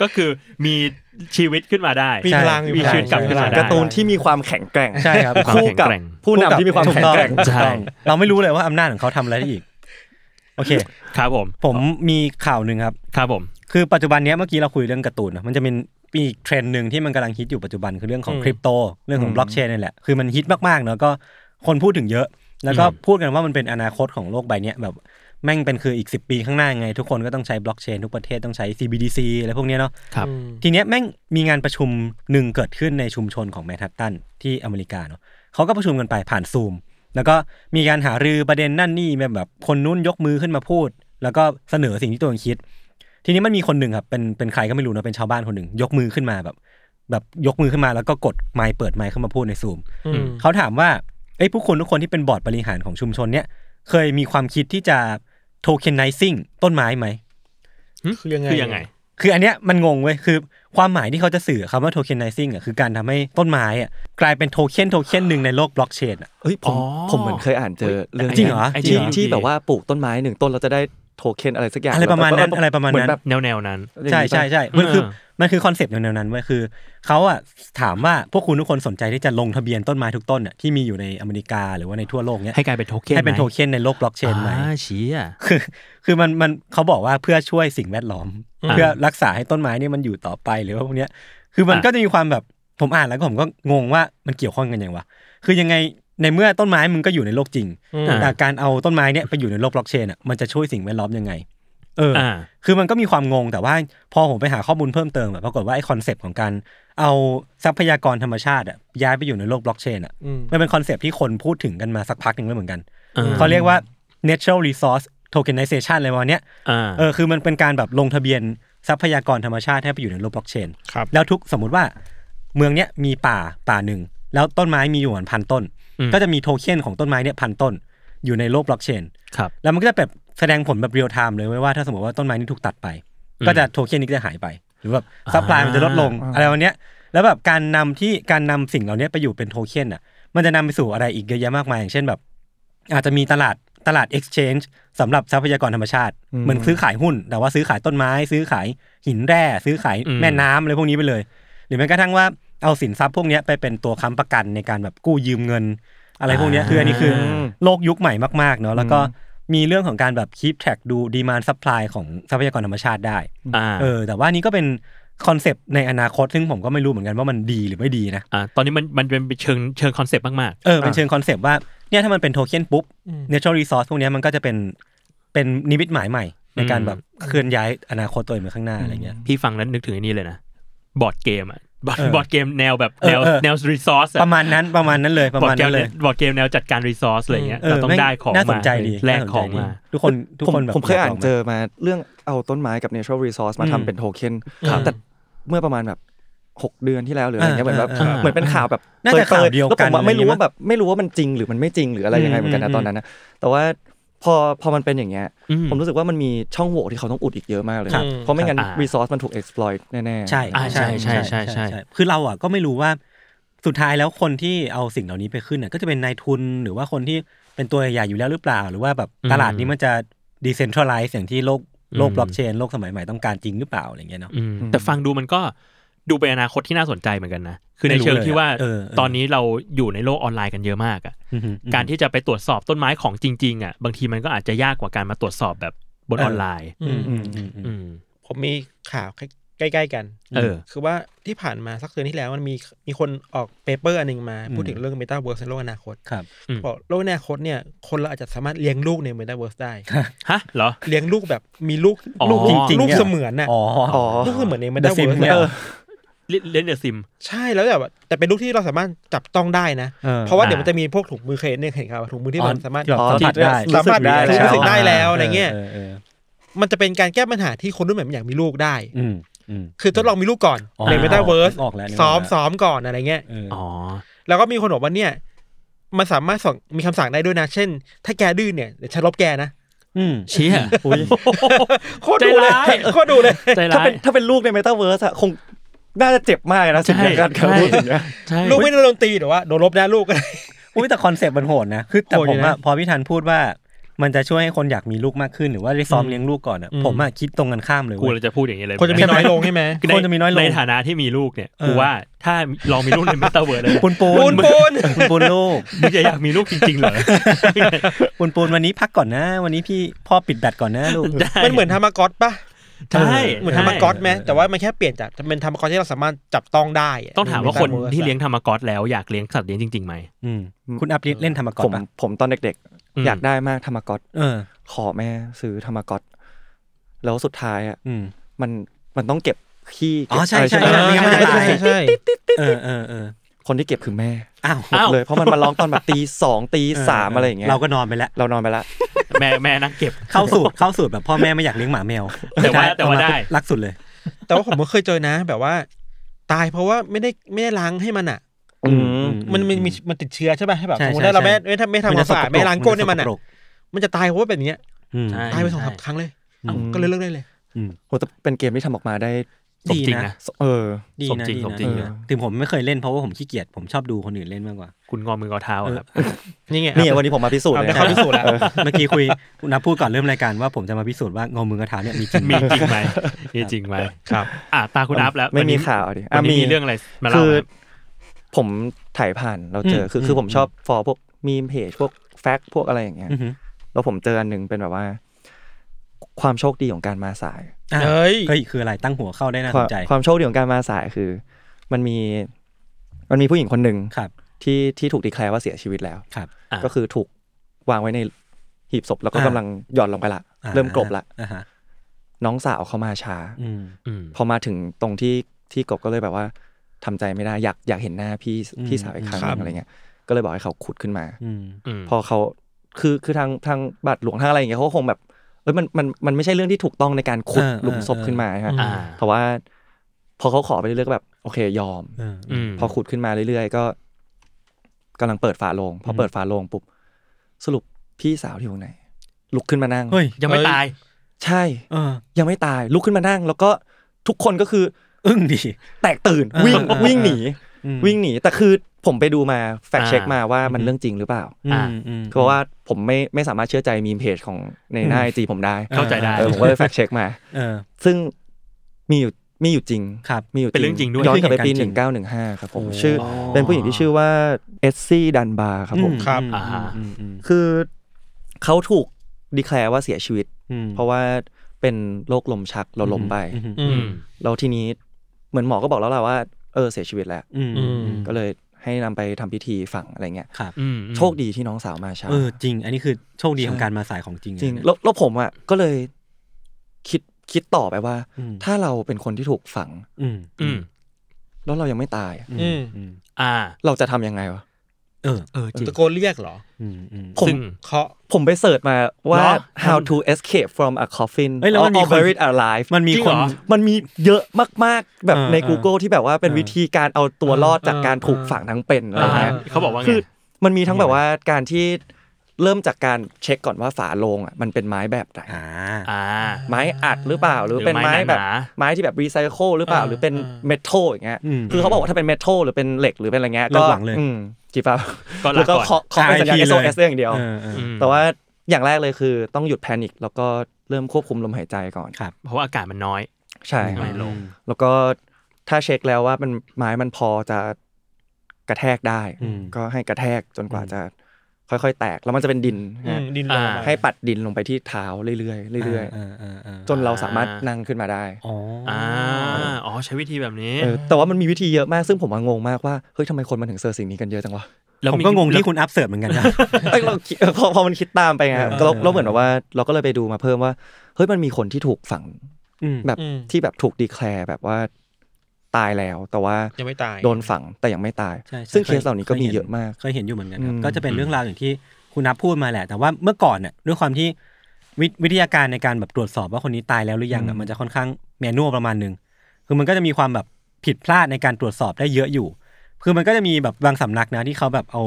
[SPEAKER 4] ก็คือมีชีวิตขึ้นมาได้
[SPEAKER 3] มี
[SPEAKER 2] ใช่
[SPEAKER 3] พลัง
[SPEAKER 4] มีชีวิตกลับขึ้นมาได้
[SPEAKER 5] การ์ตูนที่มีความแข็งแกร่ง
[SPEAKER 2] ใช่ครับ
[SPEAKER 4] ความ
[SPEAKER 5] คู่
[SPEAKER 4] แข็ง
[SPEAKER 5] กับ
[SPEAKER 4] แกร่ง
[SPEAKER 5] ผู้นำที่มีความแข็งแกร่ง
[SPEAKER 2] ถูต้อง
[SPEAKER 4] ใช่
[SPEAKER 2] ถูกต้องเราไม่รู้เลยว่าอำนาจของเขาทำอะไรได้อีก โอเค
[SPEAKER 4] ครับผม
[SPEAKER 2] ผมมีข่าวหนึ่งครับ
[SPEAKER 4] ครับผม
[SPEAKER 2] คือปัจจุบันเนี้ยเมื่อกี้เราคุยเรื่องการ์ตูนเนอะมันจะเป็นมีอีกเทรนด์หนึ่งที่มันกำลังฮิตอยู่ปัจจุบันคือเรื่องของ
[SPEAKER 3] อืม
[SPEAKER 2] คริปโตเรื่องของบล็อกเชนนี่แหละคือมันฮิตมากๆเนาะก็คนพูดถึงเยอะ แล้วก็
[SPEAKER 4] อืม
[SPEAKER 2] พูดกันว่ามันเป็นอนาคตของโลกใบเนี้ยแบบแม่งเป็นคืออีก 10 ปีข้างหน้ายังไง ทุกคนก็ต้องใช้บล็อกเชนทุกประเทศต้องใช้ CBDC อะไรพวกเนี้ยเนาะ
[SPEAKER 4] ครับ
[SPEAKER 3] อืม
[SPEAKER 2] ทีเนี้ยแม่งมีงานประชุมหนึ่งเกิดขึ้นในชุมชนของแมนฮัตตันที่อเมริกาเนาะเขาก็ประชุมกันไปผ่านซูม แล้วก็มีการหารือประเด็นนั่นนี่แบบคนนู้นยกมือขึ้นมาพูด แล้วก็เสนอสิ่งที่ตัวเองคิด ทีนี้มันมีคนหนึ่งครับเป็นเป็นใครก็ไม่รู้นะเป็นชาวบ้านคนหนึ่ง ยกมือขึ้นมาแบบ แบบยกมือขึ้นมาแล้วก็กดไมค์เปิดไมค์ขึ้นมาพูดในซูม
[SPEAKER 3] อืม
[SPEAKER 2] เขาถามว่าเอ้ยผู้คนทุกคนที่เป็นบอร์ดบริหารของชุมชนเนี้ยเคยมีความคิดที่จะโทเคนไนซิ่งต้นไม้ไหม
[SPEAKER 3] คือยังไง
[SPEAKER 4] คือยังไง
[SPEAKER 2] คืออันเนี้ยมันงงเว้ยคือความหมายที่เขาจะสื่อคำว่าโทเคนไนซิ่งอ่ะคือการทำให้ต้นไม้อ่ะกลายเป็นโทเค็นโทเค็นหนึ่งในโลกบล็อกเชนอ่ะ
[SPEAKER 5] เฮ้ยผม
[SPEAKER 4] อ๋อ
[SPEAKER 5] ผมเหมือนเคยอ่านเจอเรื่อง
[SPEAKER 2] จริงเหรอ
[SPEAKER 5] นี้
[SPEAKER 4] จริ
[SPEAKER 5] ที่
[SPEAKER 4] งเหรอ
[SPEAKER 5] ที่แบบว่าปลูกต้นไม้หนึ่งต้นเราจะได้โทเค็นอะไรสักอย่าง
[SPEAKER 2] อะไรประมาณนั้น
[SPEAKER 5] แล้วก็
[SPEAKER 2] อะไรประมาณ
[SPEAKER 5] เหมื
[SPEAKER 2] นั้น
[SPEAKER 5] แบบ
[SPEAKER 4] แนวแนวๆนั้น
[SPEAKER 5] อย่างนี้
[SPEAKER 2] ใช่ใช่
[SPEAKER 5] ปะ
[SPEAKER 2] ใช่ มันคือ
[SPEAKER 4] เออ
[SPEAKER 2] มันคือคอนเซปต์แนวๆนั้นเว้ยคือเขาอะถามว่าพวกคุณทุกคนสนใจที่จะลงทะเบียนต้นไม้ทุกต้นอะที่มีอยู่ในอเมริกาหรือว่าในทั่วโลกเนี้ย
[SPEAKER 4] ให้กลายเป็นโทเค็น
[SPEAKER 2] ให้เป็น
[SPEAKER 4] ไหม
[SPEAKER 2] โทเค็นในโลกบล็อกเชนไหม
[SPEAKER 4] อ่าเชี้อ่ะ
[SPEAKER 2] คือคือมันมันเขาบอกว่าเพื่อช่วยสิ่งแวดล้อม
[SPEAKER 4] อ่า
[SPEAKER 2] เพื่อรักษาให้ต้นไม้เนี่ยมันอยู่ต่อไปหรือว่าพวกเนี้ยคือมัน
[SPEAKER 4] อ่ะ
[SPEAKER 2] ก็จะมีความแบบผมอ่านแล้วก็ผมก็งงว่ามันเกี่ยวข้องกันยังวะคือยังไงในเมื่อต้นไม้มันก็อยู่ในโลกจริง
[SPEAKER 3] อืม
[SPEAKER 4] อ่า
[SPEAKER 2] แต่การเอาต้นไม้เนี่ยไปอยู่ในโลกบล็อกเชนอะมันจะช่วยสิ่งแวดล้อมยังไง เออ
[SPEAKER 4] อ่า
[SPEAKER 2] คือมันก็มีความงงแต่ว่าพอผมไปหาข้อมูลเพิ่มเติมแบบปรากฏว่าไอ้คอนเซปต์ของการเอาทรัพยากรธรรมชาติอะย้ายไปอยู่ในโลกบล็อกเชนอะ
[SPEAKER 3] อืม
[SPEAKER 2] มันเป็นคอนเซปต์ที่คนพูดถึงกันมาสักพักหนึ่งแล้วเหมือนกัน
[SPEAKER 4] อ่า
[SPEAKER 2] เขาเรียกว่า natural resource tokenization อะไรประมาณเนี้ย
[SPEAKER 4] อ่า
[SPEAKER 2] เออคือมันเป็นการแบบลงทะเบียนทรัพยากรธรรมชาติให้ไปอยู่ในโลกบล็อกเชน
[SPEAKER 3] ครับ
[SPEAKER 2] แล้วทุกสมมุติว่าเมืองเนี้ยมีป่าป่าหนึ่งแล้วต้นไม้มีอยู่ประมาณพันต้น ก็จะมีโทเค็นของต้นไม้เนี่ยพันต้น อยู่ในโลกบล็อกเชน
[SPEAKER 4] ครับ
[SPEAKER 2] แล้วมันก็จะแบบแสดงผลแบบเรียลไทม์เลยเว้ยว่าถ้าสมมติว่าต้นไม้นี้ถูกตัดไป
[SPEAKER 4] อืม
[SPEAKER 2] ก็จะโทเค็นนี้ก็จะหายไป หรือแบบซัพพลาย
[SPEAKER 4] อ่ามั
[SPEAKER 2] มันจะลดลงอะไรวันเนี้ยแล้วแบบการนำที่การนำสิ่งเหล่านี้ไปอยู่เป็นโทเค็นอ่ะมันจะนำไปสู่อะไรอีกเยอะแยะมากมาย อย่างเช่นแบบ อาจจะมีตลาดตลาด exchange สำหรับทรัพยากรธรรมชาติ
[SPEAKER 5] อืม
[SPEAKER 2] เหมือนซื้อขายหุ้น แต่ว่าซื้อขายต้นไม้ ซื้อขายหินแร่ ซื้อขาย
[SPEAKER 4] อืม
[SPEAKER 2] แม่น้ำอะไรพวกนี้ไปเลย หรือแม้กระทั่งว่าเอาสินทรัพย์พวกเนี้ยไปเป็นตัวค้ำประกันในการแบบกู้ยืมเงิน อะไรพวกเนี้ยคืออันนี้คืออ
[SPEAKER 5] ม
[SPEAKER 2] โลกยุคใหม่มาก ๆ เนอะแล้วก็มีเรื่องของการแบบคีปแทร็กดูดีมานซั p พลายของทรัพยากรธรรมชาติได้
[SPEAKER 4] อ่า
[SPEAKER 2] เออ แต่ว่านี่ก็เป็นคอนเซปต์ในอนาคต ซึ่งผมก็ไม่รู้เหมือนกันว่ามันดีหรือไม่ดีนะ
[SPEAKER 4] อ่าตอนนี้มันมันเป็นเชิงเชิงคอนเซปต์มาก
[SPEAKER 2] เออ เป็นเชิงคอนเซปต์ว่า เนี่ยถ้ามันเป็นโทเค็นปุ๊บ natural resource พวกเนี้ยมันก็จะเป็นเป็นนิมิตหมายใหม่ ในการ
[SPEAKER 4] อืม
[SPEAKER 2] แบบเคลื่อนย้ายอนาคตตัวเองไปข้างหน้าอะไรเงี้ย
[SPEAKER 4] ๆ พี่ฟังแล้วนึกถึงไอันนี้เลยนะ บอร์ดเกมอ่ะ บอร์ด (laughs)
[SPEAKER 2] เออบ
[SPEAKER 4] อร์ดเกมแนวแบบแน
[SPEAKER 2] เอ
[SPEAKER 4] ว
[SPEAKER 2] อเออ
[SPEAKER 4] แนวรีซอส
[SPEAKER 2] ประมาณนั้นประมาณ
[SPEAKER 4] (laughs)
[SPEAKER 2] นั้นเลยประ
[SPEAKER 4] บอ
[SPEAKER 2] มา
[SPEAKER 4] ร์
[SPEAKER 2] ณ
[SPEAKER 4] ดเก
[SPEAKER 2] นั้
[SPEAKER 4] ม
[SPEAKER 2] นเลย
[SPEAKER 4] บอร์ดเกมแนวจัดการรีซอสอะไรเงี้ย
[SPEAKER 2] เอ
[SPEAKER 4] เราต้อง
[SPEAKER 2] แม่
[SPEAKER 4] ได้ของ
[SPEAKER 2] น่าสน
[SPEAKER 4] มา
[SPEAKER 2] ใจดี
[SPEAKER 4] แลก
[SPEAKER 2] น่สน
[SPEAKER 4] ข
[SPEAKER 2] ใจ
[SPEAKER 4] อง
[SPEAKER 2] ดี
[SPEAKER 4] มา
[SPEAKER 2] ทุกคนทุกคนแบบ
[SPEAKER 5] ผมเคยอ่าน
[SPEAKER 2] ลงไหม
[SPEAKER 5] เจอมาเรื่องเอาต้นไม้กับ natural resource มา
[SPEAKER 2] อืม
[SPEAKER 5] ทำเป็นโทเค็น
[SPEAKER 4] ครับ
[SPEAKER 5] แต่เมื่อประมาณแบบหกเดือนที่แล้วหรืออะไรเงี้ยเหมือนแบบ
[SPEAKER 2] อ่าอ่า
[SPEAKER 5] เหมือนเป็นข่าวแบบ
[SPEAKER 2] น่าจะข่าวเดียวกัน
[SPEAKER 5] แล้ผมอะไม่รู้ว่า
[SPEAKER 2] อะไรเงี้ย
[SPEAKER 5] แบบไม่รู้ว่ามันจริงหรือมันไม่จริงหรืออะไรยังไงเหมือนกัน
[SPEAKER 2] อื
[SPEAKER 5] นะ
[SPEAKER 2] ม
[SPEAKER 5] ตอนนั้นนะแต่ว่าพอพอมันเป็นอย่างเงี้ย
[SPEAKER 4] อืม
[SPEAKER 5] ผมรู้สึกว่ามันมีช่องโหว่ที่เขาต้องอุดอีกเยอะมากเลย
[SPEAKER 3] ครับ
[SPEAKER 5] เพราะไม่งั้น
[SPEAKER 4] อ่า
[SPEAKER 5] resource มันถูก exploit แน่ๆ
[SPEAKER 2] ใช่
[SPEAKER 4] อ่าใช่ใช่ใช่ใช่
[SPEAKER 2] คือเราอ่ะก็ไม่รู้ว่าสุดท้ายแล้วคนที่เอาสิ่งเหล่านี้ไปขึ้นน่ะก็จะเป็นนายทุนหรือว่าคนที่เป็นตัวใหญ่ๆอยู่แล้วหรือเปล่า หรือว่าแบบตลาดนี้มันจะดีเซนทรัลไลซ์อย่างที่โลกโลกบล็อกเชนโลกสมัยใหม่ต้องการจริงหรือเปล่าอะไรเงี้ยเนาะ
[SPEAKER 4] อืมแต่ฟังดูมันก็ดูเป็นอนาคตที่น่าสนใจเหมือนกันนะ คือใน
[SPEAKER 2] ไม่รู้
[SPEAKER 4] เชิงที่ว่า
[SPEAKER 2] เลยอะเออเออ
[SPEAKER 4] ตอนนี้เราอยู่ในโลกออนไลน์กันเยอะมากอ่ะ การที่จะไปตรวจสอบต้นไม้ของจริง ๆ อ่ะ บางทีมันก็อาจจะยากกว่าการมาตรวจสอบแบบบนออนไลน์
[SPEAKER 3] อืม
[SPEAKER 2] อืมอืมอืม
[SPEAKER 4] อืม
[SPEAKER 3] ผมมีข่าวใกล้ๆกัน
[SPEAKER 4] เออ
[SPEAKER 3] คือว่าที่ผ่านมาสักเดือนที่แล้วมันมีมีคนออกเปเปอร์อันหนึ่งมา พูดถึงเรื่องเมตาเวิร์สในโลกอนาคต
[SPEAKER 2] ครับ
[SPEAKER 4] อืม
[SPEAKER 3] บอกโลกอนาคตเนี่ยคนเราอาจจะสามารถเลี้ยงลูกในเมตาเวิร์สได้
[SPEAKER 4] ฮะเหรอ
[SPEAKER 3] เลี้ยงลูกแบบมีลูก
[SPEAKER 4] อ๋อ
[SPEAKER 3] ลูกจ
[SPEAKER 2] จริ
[SPEAKER 3] ริ
[SPEAKER 2] งๆ
[SPEAKER 3] งๆลูก
[SPEAKER 2] เนี่ย
[SPEAKER 3] เสมือนน่ะ
[SPEAKER 2] อ๋อ
[SPEAKER 5] อ๋อ
[SPEAKER 3] ลูกเสมือนในเม
[SPEAKER 2] The
[SPEAKER 3] ตาเวิร์
[SPEAKER 2] Sims
[SPEAKER 3] ส
[SPEAKER 2] เนี่ย
[SPEAKER 4] เล่นเล่นเดอะซิม
[SPEAKER 3] ใช่แล้วแต่ว่าแต่เป็นลูกที่เราสามารถจับต้องได้นะ
[SPEAKER 2] เออ
[SPEAKER 3] เพราะว่า
[SPEAKER 4] อ่า
[SPEAKER 3] เดี๋ยวมันจะมีพวกถุงมือเครนเนี่ยเห็นครับถุงมือที่มันสามารถ
[SPEAKER 2] อ๋อที่แบบสัมผัสได้
[SPEAKER 3] สามารถ
[SPEAKER 5] รู้สึกได้แล้ว
[SPEAKER 3] รู้สึกได้แล้วอะไรเงี้ย
[SPEAKER 2] ออเออ
[SPEAKER 3] มันจะเป็นการแก้ปัญหาที่คนรุ่นใหม่มันอยากมีลูกได้
[SPEAKER 2] อืมอืม
[SPEAKER 3] คือทดลองมีลูกก่อน
[SPEAKER 2] อ๋อ
[SPEAKER 3] ในเมตาเวิร์ส
[SPEAKER 2] ออกแล้วนึกออกแล้ว
[SPEAKER 3] ซ้อมซ้อมก่อนอะไรเงี้ย
[SPEAKER 2] เออ
[SPEAKER 4] อ๋อ
[SPEAKER 3] แล้วก็มีคนบอกว่าเนี่ย มันสามารถสั่งมีคำสั่งได้ด้วยนะ เช่น ถ้าแกดื้อเนี่ยเดี๋ยวฉันลบแกนะ
[SPEAKER 2] อืม
[SPEAKER 4] เชี่ย
[SPEAKER 3] โคตรดูเลย
[SPEAKER 2] ใจร้าย
[SPEAKER 3] โคตรดูเลย
[SPEAKER 4] ใจร้า
[SPEAKER 5] ถ้าเป็
[SPEAKER 4] ย
[SPEAKER 5] นถ้าเป็นลูกในเมตาเวิร์สอะคงน่าจะเจ็บมากนะ
[SPEAKER 4] ใช่
[SPEAKER 5] สิ่งนี้การ
[SPEAKER 4] ใช่
[SPEAKER 5] การพูดถึงนะ
[SPEAKER 4] ใช่
[SPEAKER 3] ลูกไม่ได้โดนตีหรือว่าโดนลบนะลูก
[SPEAKER 2] อุ้ยแต่คอนเซปต์มันโหดนะ คือแต่
[SPEAKER 3] โห
[SPEAKER 2] ผ
[SPEAKER 3] ดอยู่
[SPEAKER 2] ม
[SPEAKER 3] นะ
[SPEAKER 2] อะพอพี่ธันพูดว่า มันจะช่วยให้คนอยากมีลูกมากขึ้นหรือว่าได้ซ้อมเลี้ยงลูกก่อนอะ
[SPEAKER 3] อืม
[SPEAKER 2] ผมอะคิดตรงกันข้ามเลย
[SPEAKER 4] กู
[SPEAKER 2] เว้ย
[SPEAKER 4] เราจะพูดอย่างนี้เลย
[SPEAKER 3] คนจะมี
[SPEAKER 4] ใช่ไห
[SPEAKER 3] น้อยลงใช่ไหม
[SPEAKER 4] ใ
[SPEAKER 2] คนจะมีน้อยลง
[SPEAKER 4] ในฐานะที่มีลูกเนี่ย
[SPEAKER 2] เออ
[SPEAKER 4] กูว่าถ้าลองมีลูกในเมตาเวิร์สเลย
[SPEAKER 2] ปูนปู
[SPEAKER 3] ปูนปูน
[SPEAKER 2] ปูนปูนลูก
[SPEAKER 4] มึงจะอยากมีลูกจริงๆเหรอ
[SPEAKER 2] ปูนปูนวันนี้พักก่อนนะ วันนี้พี่พ่อปิดแบตก่อนนะลูก
[SPEAKER 4] ได้
[SPEAKER 3] มันเหมือนทามากอสปะ
[SPEAKER 4] ใช่
[SPEAKER 3] เหมือนทามากอสไหมแต่ว่ามันแค่เปลี่ยนจากเป็นทามากอสที่เราสามารถจับต้องได้ะ
[SPEAKER 4] ต้องถามว่า
[SPEAKER 3] ใ Meta
[SPEAKER 4] คน
[SPEAKER 3] Verse
[SPEAKER 4] ที่เลี้ยง
[SPEAKER 3] อะ
[SPEAKER 4] ธรรมากอสแล้วอยากเลี้ยงสัตว์เลี้ยงจริงๆไหม
[SPEAKER 2] อืมคุณอัพเล่นทำมาก่อ
[SPEAKER 5] ผ
[SPEAKER 2] น
[SPEAKER 5] ม
[SPEAKER 2] ปะ
[SPEAKER 5] ผมตอนเด็ก
[SPEAKER 4] อืม
[SPEAKER 5] ๆ อยากได้มากธรรมากอต
[SPEAKER 2] เออ
[SPEAKER 5] ขอแม่ซื้อธรรมากอตแล้วสุดท้ายอ่ะ
[SPEAKER 2] อืม
[SPEAKER 5] มันมันต้องเก็บขี้
[SPEAKER 2] อ๋อใช่
[SPEAKER 5] เก็บ
[SPEAKER 2] ใช่
[SPEAKER 5] อะไร
[SPEAKER 2] ใช่
[SPEAKER 5] ไหม
[SPEAKER 2] เลี้ยงมันจะตาย
[SPEAKER 3] ใช่ใช่
[SPEAKER 2] เออเออเออ
[SPEAKER 5] คนที่เก็บคือแม่
[SPEAKER 2] อ้าว
[SPEAKER 4] อ้าว
[SPEAKER 5] เลยเพราะมันมาร้องตอนแบบตีสองตีสามอะไรอย่างเงี้ย
[SPEAKER 2] เราก็นอนไป
[SPEAKER 5] (laughs)
[SPEAKER 2] แล้ว
[SPEAKER 5] เรานอนไปละ
[SPEAKER 4] แม่แม่นักเก็บ
[SPEAKER 2] เข้าสูตรเข้าสูตรแบบพ่อแม่ไม่อยากเลี้ยงหมาแมว
[SPEAKER 4] แต่ว่าแต่ว่า
[SPEAKER 2] เอม
[SPEAKER 4] ได้
[SPEAKER 2] รักสุดเลย
[SPEAKER 3] แต่ว่าผมก็เคยเจอนะ แบบว่า ตายเพราะว่าไม่ได้ไม่ได้ล้างให้มันอ่ะ
[SPEAKER 5] อืม
[SPEAKER 3] มันมันมีมันติดเชื้อใช่ป่ะให้แบบ
[SPEAKER 2] ใช่
[SPEAKER 3] สมมติ
[SPEAKER 2] ใช่
[SPEAKER 3] ถ้าเราไม่
[SPEAKER 2] ใช่
[SPEAKER 3] ไม่ทำไม่ทำความสะอาดไม่ล้างก้นให้มันอ่ะมันจะตายเพราะว่าแบบเนี้ย
[SPEAKER 2] อืม
[SPEAKER 4] ใช่
[SPEAKER 3] ตายไปสองสามครั้งเลยเอ้าก็เลยเลิกได้เลย
[SPEAKER 5] โหแต่เป็นเกมที่ทำออกมาได้
[SPEAKER 4] สมจริงนะ
[SPEAKER 5] เออ
[SPEAKER 2] ดี
[SPEAKER 4] สม
[SPEAKER 2] นะ
[SPEAKER 4] จริง
[SPEAKER 2] ดี
[SPEAKER 4] สม
[SPEAKER 2] นะ
[SPEAKER 4] จริง
[SPEAKER 2] ดีนะ
[SPEAKER 5] เออ
[SPEAKER 2] ถึงผมไม่เคยเล่นเพราะว่าผมขี้เกียจผมชอบดูคนอื่นเล่น
[SPEAKER 5] (laughs)
[SPEAKER 2] มากกว่า
[SPEAKER 4] คุณงอมืองอเท้าอะครับ
[SPEAKER 3] นี่ไง
[SPEAKER 5] นี่
[SPEAKER 3] อ่ะ
[SPEAKER 5] วันนี้ผมมาพิสูจน์เลย
[SPEAKER 3] เอาได้ข้อพิสูจน์แล้ว
[SPEAKER 5] เออ
[SPEAKER 2] เมื่อกี้คุยคุณนับพูดก่อนเริ่มรายการว่าผมจะมาพิสูจน์ว่างอมือกระถาเนี่ยมีจริงไหม
[SPEAKER 4] มีจริงไหมมีจริงไหม
[SPEAKER 2] ครับ
[SPEAKER 4] อ่ะตาคุณอัพแล้ว
[SPEAKER 5] ไม่
[SPEAKER 4] น
[SPEAKER 5] มี
[SPEAKER 4] นี้
[SPEAKER 5] ข่าวดิ
[SPEAKER 4] วั
[SPEAKER 5] อ่ะ
[SPEAKER 4] นนี้มีเรื่องอะไรมา
[SPEAKER 5] คื
[SPEAKER 4] เล่า
[SPEAKER 5] อ
[SPEAKER 4] ครับ
[SPEAKER 5] ผมถ่ายผ่านเราเจออ
[SPEAKER 2] ม
[SPEAKER 5] คือคืออ
[SPEAKER 2] ม
[SPEAKER 5] ผมชอบฟอพวกมีมเพจพวกแฟกพวกอะไรอย่างเงี้ย
[SPEAKER 2] อือหือ
[SPEAKER 5] แล้วผมเจออันหนึ่งเป็นแบบว่า ความโชคดีของการมาสาย
[SPEAKER 2] อ่ะ
[SPEAKER 3] เฮ้ย
[SPEAKER 2] เฮ้ยคืออะไรตั้งหัวเข้าได้น่า
[SPEAKER 5] ค
[SPEAKER 2] ส
[SPEAKER 5] วาม
[SPEAKER 2] นใจ
[SPEAKER 5] ความโชคดีของการมาสายคือ มันมี มันมีผู้หญิงคนหนึ่ง
[SPEAKER 2] ครับ
[SPEAKER 5] ที่ที่ถูกดีแคลร์ว่าเสียชีวิตแล้ว
[SPEAKER 2] ครับ
[SPEAKER 4] อ่ะ
[SPEAKER 5] ก็คือถูกวางไว้ในหีบศพแล้วก็
[SPEAKER 2] อ่ะ
[SPEAKER 5] กำลังหย่อนลงไปละ
[SPEAKER 2] อ่า
[SPEAKER 5] เริ่มกลบละ
[SPEAKER 2] อ่าฮะ
[SPEAKER 5] น้องสาวเขามาช้า
[SPEAKER 2] อืม
[SPEAKER 4] อืม
[SPEAKER 5] พอมาถึงตรงที่ที่กบก็เลยแบบว่าทำใจไม่ได้อยากอยากเห็นหน้าพี่
[SPEAKER 2] อืม
[SPEAKER 5] พี่สาวอีกครั้ง
[SPEAKER 2] ครับ
[SPEAKER 5] อะไรเงี้ยก็เลยบอกให้เขาขุดขึ้นมา
[SPEAKER 2] อืม
[SPEAKER 4] อืม
[SPEAKER 5] พอเขาคือคือทางทางบาทหลวงทางอะไรอย่างเงี้ยเขาก็คงแบบเอ้ยมันมันมันไม่ใช่เรื่องที่ถูกต้องในการขุด
[SPEAKER 2] เออ
[SPEAKER 5] หลุมศพ
[SPEAKER 2] เออ
[SPEAKER 5] ขึ้นมาฮะ
[SPEAKER 4] อ่า
[SPEAKER 5] เพราะว่า พอเขาขอไปเรื่อยๆก็แบบโอเคยอม
[SPEAKER 2] เอออ
[SPEAKER 4] อืม
[SPEAKER 5] พอขุดขึ้นมาเรื่อยๆ ก็กำลังเปิดฝาโลงพอเปิดฝาโลงปุ๊บสรุปพี่สาวที่อยู่ไหน ลุกขึ้นมานั่ง
[SPEAKER 2] เฮ้ย
[SPEAKER 4] ยังไม่ตาย
[SPEAKER 5] ใช่
[SPEAKER 2] เออ
[SPEAKER 5] ยังไม่ตายลุกขึ้นมานั่ง แล้วก็ทุกคนก็คือ
[SPEAKER 2] อึ้งดิ
[SPEAKER 5] แตกตื่น
[SPEAKER 2] เออ
[SPEAKER 5] วิ่ง
[SPEAKER 2] เออ
[SPEAKER 5] วิ่งหนี
[SPEAKER 2] อืม
[SPEAKER 5] วิ่งหนีแต่คือผมไปดูมาแฟก
[SPEAKER 4] อ่า
[SPEAKER 5] เช็คมาว่ามันเรื่องจริงหรือเปล่า
[SPEAKER 2] อื
[SPEAKER 4] อ่ะ
[SPEAKER 2] มอืม
[SPEAKER 5] เพราะว่าผมไม่ไม่สามารถเชื่อใจมีมเพจของในหน้าไอจีผมได้
[SPEAKER 4] เข้าใจได้
[SPEAKER 5] เออผมก็เลยแฟกเช็คมา
[SPEAKER 2] เออ
[SPEAKER 5] ซึ่งมีอยู่มีอยู่จริง
[SPEAKER 2] ครับ
[SPEAKER 5] มีอยู่
[SPEAKER 4] เป็นเรื่องจริงด้วย
[SPEAKER 5] ย้อนกลับไปปี
[SPEAKER 2] เป็นเรื่องจริ
[SPEAKER 5] 1915 ครับผม
[SPEAKER 2] โอ้
[SPEAKER 5] ชื่อเป็นผู้หญิงที่ชื่อว่าเอสซี่ดันบาร์ครับผม
[SPEAKER 2] อื
[SPEAKER 3] ครับ
[SPEAKER 2] อ่าฮะอืมอืม
[SPEAKER 5] คือเขาถูกดีแคลว่าเสียชีวิต
[SPEAKER 2] อืม
[SPEAKER 5] เพราะว่าเป็นโรคลมชักเราล้มไป
[SPEAKER 2] อืม
[SPEAKER 3] อื
[SPEAKER 4] อื
[SPEAKER 3] ม
[SPEAKER 4] ม
[SPEAKER 5] แล้วทีนี้เหมือนหมอก็บอกแล้วล่ะว่าเออเสียชีวิตแล้ว
[SPEAKER 2] อืม
[SPEAKER 3] อืม
[SPEAKER 5] ก็เลยให้นำไปทำพิธีฝังอะไรเงี้ย
[SPEAKER 2] ครับ
[SPEAKER 4] อืม
[SPEAKER 5] โชคดีที่น้องสาวมาช้า
[SPEAKER 2] เออจริง อันนี้คือโชคดีของการมาสายของจริง
[SPEAKER 5] จริง
[SPEAKER 2] เลยนะ
[SPEAKER 5] แล้วแล้วผมอ่ะก็เลยคิดคิดต่อไปว่า
[SPEAKER 2] อืม
[SPEAKER 5] ถ้าเราเป็นคนที่ถูกฝัง
[SPEAKER 2] อืม
[SPEAKER 4] อืม
[SPEAKER 5] แล้วเรายังไม่ตายอะ
[SPEAKER 2] อืม
[SPEAKER 3] อืม
[SPEAKER 2] อืม
[SPEAKER 4] อ่า
[SPEAKER 5] เราจะทำยังไงวะ
[SPEAKER 2] เออ
[SPEAKER 4] เออจริง
[SPEAKER 3] ตะโกนเรียกเหรอ
[SPEAKER 2] อืมอืม
[SPEAKER 5] ผม
[SPEAKER 4] ซึ่ง
[SPEAKER 3] เคาะ
[SPEAKER 5] ผมไปเสิร์ชมาว่า
[SPEAKER 4] เหรอ
[SPEAKER 5] how to escape from a coffin
[SPEAKER 2] เอ้ยแล้วมันมี
[SPEAKER 5] or
[SPEAKER 2] คน
[SPEAKER 5] buried alive
[SPEAKER 2] มันมี
[SPEAKER 4] จริง
[SPEAKER 2] ค
[SPEAKER 4] เหร
[SPEAKER 2] น
[SPEAKER 4] อ
[SPEAKER 5] มันมีเยอะมากๆ แบบ
[SPEAKER 2] เออ
[SPEAKER 5] ใน
[SPEAKER 2] เออ
[SPEAKER 5] Google ที่แบบว่าเป็นวิธีการเอาตัวรอดจากการถูกฝังทั้งเป็นอะไร
[SPEAKER 4] อ่าฮะ
[SPEAKER 5] เงี้ย
[SPEAKER 4] เขาบอกว่าไง
[SPEAKER 5] คือมันมีทั้งแบบว่าการที่เริ่มจากการเช็คก่อนว่าฝาโลงอ่ะมันเป็นไม้แบบไหน
[SPEAKER 2] อ่า
[SPEAKER 4] อ่า
[SPEAKER 5] ไม้อัดหรือเปล่าหรือเป็น
[SPEAKER 4] หรือไม้
[SPEAKER 5] ไม้แบบ
[SPEAKER 4] หนา
[SPEAKER 5] ไม้ที่แบบรีไซเคิลหรือเปล่า หรือเป็นเมทัลอย่างเงี้ย
[SPEAKER 2] อืม
[SPEAKER 5] คือเขาบอกว่าถ้าเป็นเมทัลหรือเป็นเหล็กหรือเป็นอะไรเงี้ย
[SPEAKER 2] เลิ
[SPEAKER 5] ก็
[SPEAKER 2] กหวังเลย
[SPEAKER 5] อืมจีบเปล่า
[SPEAKER 4] ก็ลาก่อน
[SPEAKER 5] แล้วก็เคาะเคาะเป็นสัญญาณ
[SPEAKER 2] RIP ล
[SPEAKER 5] SOS เรื่องเดียว
[SPEAKER 2] ออออ
[SPEAKER 4] อืม
[SPEAKER 5] แต่ว่าอย่างแรกเลยคือต้องหยุดแพนิคแล้วก็เริ่มควบคุมลมหายใจก่อน
[SPEAKER 2] ครับ
[SPEAKER 4] เพราะว่าอากาศมันน้อย
[SPEAKER 5] ใช่
[SPEAKER 4] ไม่ลง
[SPEAKER 5] แล้วก็ถ้าเช็คแล้วว่ามันไม้มันพอจะกระแทกได้
[SPEAKER 2] อืม
[SPEAKER 5] ก็ให้กระแทกจนกว่าจะค่อยๆ แตกแล้วมันจะเป็นดิน
[SPEAKER 3] อื
[SPEAKER 5] ฮะ
[SPEAKER 3] มดินลง
[SPEAKER 4] อ่า
[SPEAKER 3] มา
[SPEAKER 5] ให้ปัดดินลงไปที่เท้าเรื่อยๆเรื่อย
[SPEAKER 2] าาอ่า
[SPEAKER 5] ๆ จนเราสามารถนั่งขึ้นมาได้
[SPEAKER 2] อ๋อ
[SPEAKER 4] อ่าอ๋อใช้วิธีแบบนี้
[SPEAKER 5] เออแต่ว่ามันมีวิธีเยอะมากซึ่งผมว่างงมากว่าเฮ้ยทำไมคนมันถึงเจอสิ่งนี้กันเยอะจังวะ (laughs)
[SPEAKER 4] แล้ว
[SPEAKER 2] ผมก็งงที่
[SPEAKER 4] แล้ว
[SPEAKER 2] คุณอัพเสิร์ชเหมือนกันนะ
[SPEAKER 5] เอ้ยเราคิดเออพอพอมันคิดตามไปไง
[SPEAKER 2] เออ
[SPEAKER 5] เรา
[SPEAKER 2] เออ
[SPEAKER 5] เราเหมือนแบบว่า เราก็เลยไปดูมาเพิ่มว่าเฮ้ยมันมีคนที่ถูกฝัง
[SPEAKER 2] อืม
[SPEAKER 5] แบบที่แบบถูกดีแคลร์แบบว่าตายแล้ว แต่ว่า
[SPEAKER 3] ยังไม่ตาย
[SPEAKER 5] โดนฝังแต่ยังไม่ตาย
[SPEAKER 2] ใช่ใช่
[SPEAKER 5] ซึ่งเค
[SPEAKER 2] ย
[SPEAKER 5] สเหล่านี้ก็มี
[SPEAKER 2] คห็
[SPEAKER 5] เยอะมาก
[SPEAKER 2] เคยเห็นอยู่เหมือนกันครับ
[SPEAKER 5] อืม
[SPEAKER 2] ก็จะเป็นเรื่องราวอย่างที่คุณนับพูดมาแหละ แต่ว่าเมื่อก่อนเนี่ยด้วยความที่ วิวิทยาการในการแบบตรวจสอบว่าคนนี้ตายแล้วหรือยังอะมันจะค่อนข้างแมนนวลประมาณหนึ่งคือมันก็จะมีความแบบผิดพลาดในการตรวจสอบได้เยอะอยู่ คือมันก็จะมีแบบบางสำนักนะที่เขาแบบเอา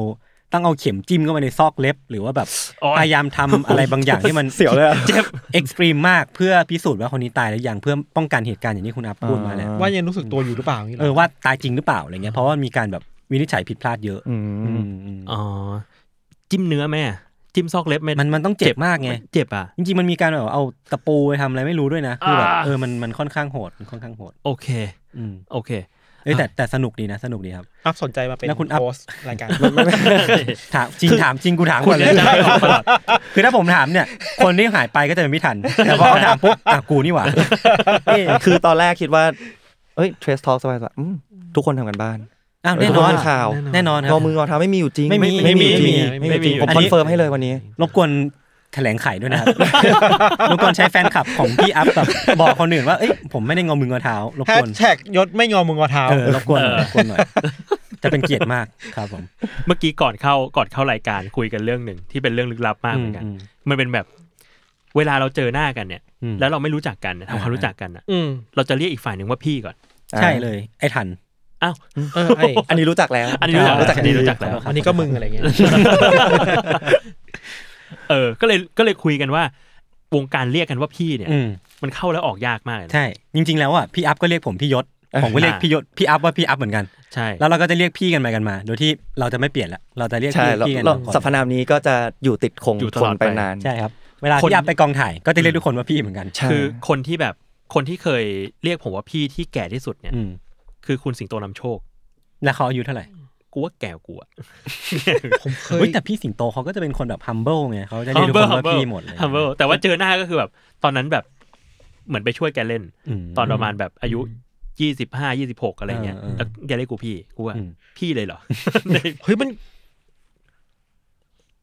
[SPEAKER 2] ต้องเอาเข็มจิ้มเข้าไปในซอกเล็บ หรือว่าแบบ
[SPEAKER 4] โอ๊ย
[SPEAKER 2] พยายามทำอะไรบางอย่างที่มัน
[SPEAKER 5] (laughs) เสียวเลยอะ
[SPEAKER 2] เจ็บเอ็กซ์ตรีมมากเพื่อพิสูจน์ว่าคนนี้ตายแล้วยังเพื่อป้องกันเหตุการณ์อย่างที่คุณอัพพูดมาแหละ
[SPEAKER 5] อ่า
[SPEAKER 3] ว่ายังรู้สึกตัวอยู่หรือเปล่าอย่างนี้หร
[SPEAKER 2] เออว่าตายจริงหรือเปล่าอะไรเงี้ยเพราะว่ามีการแบบวินิจฉัยผิดพลาดเยอะ
[SPEAKER 5] อื
[SPEAKER 2] อื
[SPEAKER 5] ม
[SPEAKER 2] มอืม
[SPEAKER 4] อ๋อจิ้มเนื้อแม่ จิ้มซอกเล็บแม่
[SPEAKER 2] มันมันต้องเจ็บมากไง
[SPEAKER 4] เจ็บอ่ะ
[SPEAKER 2] จริงๆมันมีการแบบเอาตะปูไปทำอะไรไม่รู้ด้วยนะคือแบบ
[SPEAKER 4] อ่า
[SPEAKER 2] เออมันมันค่อนข้างโหดมันค่อนข้างโหด
[SPEAKER 4] โอเค
[SPEAKER 2] อืม
[SPEAKER 4] โอ
[SPEAKER 5] (laughs)
[SPEAKER 4] เค
[SPEAKER 2] เอ้ยแต่แต่สนุกดีนะ สนุกดีครับ
[SPEAKER 3] อัพสนใจมาเป็น
[SPEAKER 2] แล้วคุณอัพ
[SPEAKER 3] โพสต์รายการ
[SPEAKER 2] ถามจริงถามจริงกูถามก่อนเลย
[SPEAKER 4] คุณเนี่ยจะให้ผมตลอด
[SPEAKER 2] คือถ้าผมถามเนี่ย คนที่หายไปก็จะเป็นไม่ทัน แต่พอเขาถามปุ๊บอ่ะกูนี่หว่า
[SPEAKER 5] นี่คือตอนแรกคิดว่า เอ้ยเทรสทอลสบายๆอืมทุกคนทำกันบ้าน
[SPEAKER 2] อ้าว
[SPEAKER 5] ทุ
[SPEAKER 2] แน่
[SPEAKER 5] ก
[SPEAKER 2] น
[SPEAKER 5] ค
[SPEAKER 2] อน น
[SPEAKER 5] อ่านข่าว
[SPEAKER 2] แน่นอนครั
[SPEAKER 5] ง
[SPEAKER 2] บ
[SPEAKER 5] อมืองอเท้าไม่มีอยู่จริง
[SPEAKER 2] ไม่มี
[SPEAKER 5] ไม่มีอยู่จริง
[SPEAKER 2] ไม่มี
[SPEAKER 5] ไม่มีอยู่จริง
[SPEAKER 2] ไม่มี
[SPEAKER 5] ผมคอนเฟิร์มให้เลยวันนี้
[SPEAKER 2] รบกวนแถลงไขด้วย (laughs) นะครับ รบกวนใช้แฟนคลับของพี่อัพแบบบอกคนอื่นว่า เอ้ยผมไม่ได้งอมืองอเท้ารบ
[SPEAKER 3] แฮ
[SPEAKER 2] ก
[SPEAKER 3] ช
[SPEAKER 2] วน
[SPEAKER 3] แท็กยศไม่งอมืองอเท้า
[SPEAKER 2] เออรบกวนรบกวน (laughs) หน่อย จะเป็นเกียรติมากครับผม
[SPEAKER 4] เมื่อกี้ก่อนเข้าก่อนเข้ารายการคุยกันเรื่องหนึ่งที่เป็นเรื่องลึกลับมากเหมือนกัน
[SPEAKER 2] อืม
[SPEAKER 4] มันเป็นแบบ เวลาเราเจอหน้ากันเนี่ย
[SPEAKER 2] อืม
[SPEAKER 4] แล้วเราไม่รู้จักกันเนี่ย
[SPEAKER 2] อ่า
[SPEAKER 4] ทำความรู้จักกันอ่ะ
[SPEAKER 3] อืม
[SPEAKER 4] เราจะเรียกอีกฝ่ายหนึ่งว่าพี่ก่อน
[SPEAKER 2] ใช่เลย ไอ้ทัน
[SPEAKER 4] อ้าว
[SPEAKER 3] เออไอ้
[SPEAKER 5] อันนี้รู้จักแล้ว
[SPEAKER 4] อันนี้รู้จัก
[SPEAKER 5] รู้จัก
[SPEAKER 4] อันนี้รู้จักแล้ว
[SPEAKER 3] อันนี้ก็มึงอะไรเงี้ย
[SPEAKER 4] เออ ก็เลยก็เลยคุยกันว่า วงการเรียกกันว่าพี่เนี่ย
[SPEAKER 2] อืม
[SPEAKER 4] มันเข้าแล้วออกยากมากเลยนะ
[SPEAKER 2] ใช่ จริง ๆ แล้วอ่ะพี่อัพก็เรียกผมพี่ยศผมก็เรียก
[SPEAKER 4] อ่า
[SPEAKER 2] พี่ยศพี่อัพว่าพี่อัพเหมือนกัน
[SPEAKER 4] ใช่
[SPEAKER 2] แล้วเราก็จะเรียกพี่กันไปกันมา โดยที่เราจะไม่เปลี่ยนละเราจะเรียก
[SPEAKER 5] ใช่
[SPEAKER 2] พี่
[SPEAKER 5] แล้ว
[SPEAKER 2] พี่กัน
[SPEAKER 5] แล้ว
[SPEAKER 2] ทุกคน
[SPEAKER 5] สรรพนามนี้ก็จะอยู่ติดคง
[SPEAKER 4] อยู่ต
[SPEAKER 5] ท
[SPEAKER 4] ลอด
[SPEAKER 5] น
[SPEAKER 4] ไป
[SPEAKER 5] ไปนาน
[SPEAKER 2] ใช่ครับเวลา
[SPEAKER 4] คน
[SPEAKER 2] พี่อัพไปกองถ่ายก็จะเรียกทุกคนว่าพี่เหมือนกัน
[SPEAKER 5] ใช่
[SPEAKER 4] คือคนที่แบบคนที่เคยเรียกผมว่าพี่ที่แก่ที่สุดเนี่ย
[SPEAKER 2] อืม
[SPEAKER 4] คือคุณสิงโตนำโชค
[SPEAKER 2] แล้วเขาอายุเท่าไหร่
[SPEAKER 4] กูว่าแก่กว่า (laughs) กูอะ
[SPEAKER 3] ผมเคย
[SPEAKER 2] เฮ้ยแต่พี่สิงโตเขาก็จะเป็นคนแบบ humble ไงเขาจะเรียกทุกคนว่าพี่หมดเลย
[SPEAKER 4] humble แต่ว่าเจอหน้าก็คือแบบ ตอนนั้นแบบเหมือนไปช่วยแกเล่น
[SPEAKER 2] ม
[SPEAKER 4] ตอนประมาณแบบอายุยี่สิบห้ายี่สิบหกอะไรเงี้ย
[SPEAKER 2] เออเออ
[SPEAKER 4] แล้วแกเรียกกูพี่กูว่า
[SPEAKER 2] อืม
[SPEAKER 4] พี่เลยเหรอ
[SPEAKER 3] เฮ้ยมัน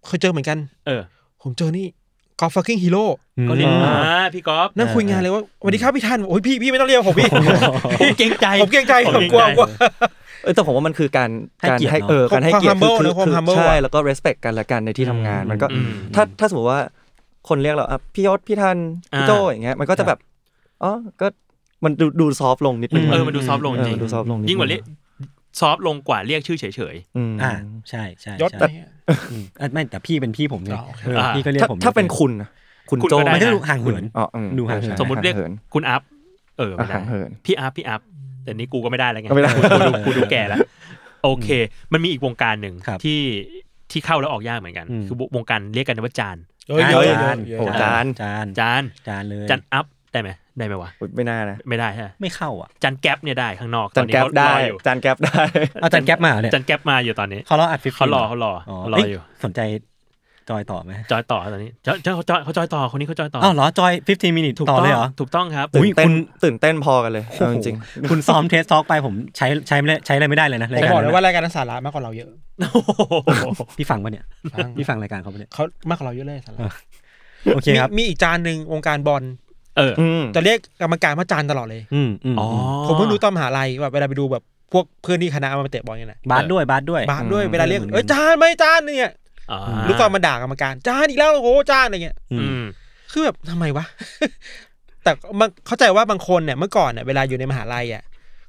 [SPEAKER 3] เคยเจอเหมือนกัน
[SPEAKER 4] เออ
[SPEAKER 3] ผมเจอนี่กอล์ฟฟักกิ้งฮีโร่
[SPEAKER 4] ก็เรียกอ่าพี่ก๊อฟ
[SPEAKER 3] นั่งคุยงานเลยว่าสวัสดีครับพี่ท่านโอ้ยพี่พี่ไม่ต้องเรียกผมพี่
[SPEAKER 4] ผมเกรงใจ
[SPEAKER 3] ผมเกรงใจผมกลัวกลัว
[SPEAKER 5] เออแต่ผมว่ามันคือการ
[SPEAKER 2] ให้
[SPEAKER 5] การ
[SPEAKER 2] เกียรติ
[SPEAKER 5] ให้
[SPEAKER 2] เนอะ
[SPEAKER 5] เออการให้เกียรติ
[SPEAKER 3] ความ humble
[SPEAKER 5] คือ
[SPEAKER 3] นะความ humble
[SPEAKER 5] ใช่
[SPEAKER 3] อะ
[SPEAKER 5] แล้วก็ respect กันและกันในที่ทำงานมันก็
[SPEAKER 4] อืม
[SPEAKER 5] ถ้าถ้าสมมติว่าคนเรียกเราอ่ะพี่ยศพี่ทันพี่โจอย่างเงี้ยมันก็จะแบบอ๋อก็มันดูดูซอฟต์ลงนิดนึง
[SPEAKER 4] เออมันดูซอฟต์ลงจริง
[SPEAKER 5] เมันดูซอฟต์ลงนิดนึ
[SPEAKER 4] ยิ่งกว่าเรียกซอฟต์ลงกว่าเรียกชื่อเฉย
[SPEAKER 5] อืม
[SPEAKER 2] อ่าใช่ใช่
[SPEAKER 3] ยศ
[SPEAKER 2] ใช่อืมอ่ะไม่แต่พี่เป็นพี่ผมไง
[SPEAKER 3] อ๋อโอเค
[SPEAKER 2] เออพี่ก็เรียก
[SPEAKER 5] ถ้า
[SPEAKER 2] ผม
[SPEAKER 5] ถ้าเป็นคุณนะคุณ
[SPEAKER 4] คุณ
[SPEAKER 5] โจ
[SPEAKER 4] ก็ได้
[SPEAKER 2] มันก็ดูห่างเหิน
[SPEAKER 5] อ๋ออืม
[SPEAKER 2] ดูห่างเหิน
[SPEAKER 4] ๆ สมมติเรียก
[SPEAKER 5] ห่างเหิน
[SPEAKER 4] คุณอัพเออไม่ได้
[SPEAKER 5] อ่ะห่างเหิน
[SPEAKER 4] พี่อัพพี่อัพแต่นี่กูก็ไม่ได้แล้วไง
[SPEAKER 5] ก็ไม่ได้
[SPEAKER 4] กูดูกูดูแก่แล้วโอเค มันมีอีกวงการหนึ่ง
[SPEAKER 2] ครับ
[SPEAKER 4] ที่ที่เข้าแล้วออกยากเหมือนกัน
[SPEAKER 2] อืม
[SPEAKER 4] คือวงการเรียกกันว่าจาน
[SPEAKER 3] เฮ้ย
[SPEAKER 2] จาน
[SPEAKER 3] เยอะเยอะ
[SPEAKER 2] จาน
[SPEAKER 3] เยอะ
[SPEAKER 5] โอ้
[SPEAKER 3] เยอะ
[SPEAKER 5] จาน
[SPEAKER 2] จาน
[SPEAKER 4] จาน
[SPEAKER 2] จานเลย
[SPEAKER 4] จานอัพได้ไหมได้ไหมวะ
[SPEAKER 5] อุ๊ยไม่น่านะ
[SPEAKER 4] ไม่ได้ใช่ไหม
[SPEAKER 2] ไม่เข้าอ่ะ
[SPEAKER 4] จานแก๊ปเนี่ยได้ข้างนอก
[SPEAKER 5] จานแก๊ปได้
[SPEAKER 4] ตอนนี้เขารออยู่
[SPEAKER 5] จานแก๊ปได้
[SPEAKER 2] เอาจานแก๊ปมาเหรอเนี่ย
[SPEAKER 4] จานแก๊ปมาอยู่ตอนนี้
[SPEAKER 2] เขารออัดฟิ
[SPEAKER 4] เขารอเขารอเขารออยู่
[SPEAKER 2] สนใจจอยต่อไหม
[SPEAKER 4] จอยต่อตอนนี้จอยจอยเขาจอยเขาจอยต่อคนนี้เขาจอยต่อ
[SPEAKER 2] อ้าวเหรอจอย 15 minutes
[SPEAKER 4] ถูก
[SPEAKER 2] ต่
[SPEAKER 4] ต้
[SPEAKER 2] อ
[SPEAKER 4] อง
[SPEAKER 2] เลยเหรอ
[SPEAKER 4] ถูกต้องครับ
[SPEAKER 2] อุ๊ยคุ
[SPEAKER 5] ตื่นเต้น
[SPEAKER 2] ณ
[SPEAKER 5] ตื่นเต้นพอกันเลยเอาจริง
[SPEAKER 2] โอ้โหคุณซ้อมเทสท็อกไปผมใช้ใช้ไม่ได้ใช้อะไรไม่ได้เลยนะ
[SPEAKER 3] ผ
[SPEAKER 2] ราย
[SPEAKER 3] ม
[SPEAKER 2] การ
[SPEAKER 3] บอกเลย
[SPEAKER 2] นั้น
[SPEAKER 3] ว่า
[SPEAKER 2] อะ
[SPEAKER 3] รายการนั้นสาระมากกว่าเราเยอะ
[SPEAKER 2] พี่ฟังปะเนี่ย
[SPEAKER 3] ฟัง
[SPEAKER 2] พี่ฟังรายการเขาปะเนี่ย
[SPEAKER 3] เขามากกว่าเราเยอะเลยสาระ
[SPEAKER 2] โอเค
[SPEAKER 3] มี
[SPEAKER 2] ครับ
[SPEAKER 3] มีอีกจานหนึ่งวงการบอล
[SPEAKER 4] เออ
[SPEAKER 5] ๆ อืม
[SPEAKER 3] จะเรียกกรรมการว่าจานตลอดเลย
[SPEAKER 2] อืมอืม
[SPEAKER 4] อ๋อ
[SPEAKER 3] ผมเพิ่งรู้ตอนมหาลัยว่าเวลาไปดูแบบพวกเพื่อนที่คณะมาเตะบอลเนี่ยนะ
[SPEAKER 2] บาสด้วยบาสด้วย
[SPEAKER 3] บาสด้วย
[SPEAKER 5] อืม
[SPEAKER 3] เวลาเรียก
[SPEAKER 2] เหมือนกัน
[SPEAKER 3] เอ้ยจานไหม่จานเนี่ย
[SPEAKER 4] อ่า
[SPEAKER 3] รู้ตอนมาด่ากรรมการจานอีกแล้วโอ้โหจานอะไรเงี้ย
[SPEAKER 2] อื
[SPEAKER 4] อื
[SPEAKER 2] ม
[SPEAKER 4] ม
[SPEAKER 3] คือแบบทำไมวะ แต่มันเข้าใจว่าบางคนเนี่ยเมื่อก่อนเนี่ยเวลาอยู่ในมหาลัยอ่ะ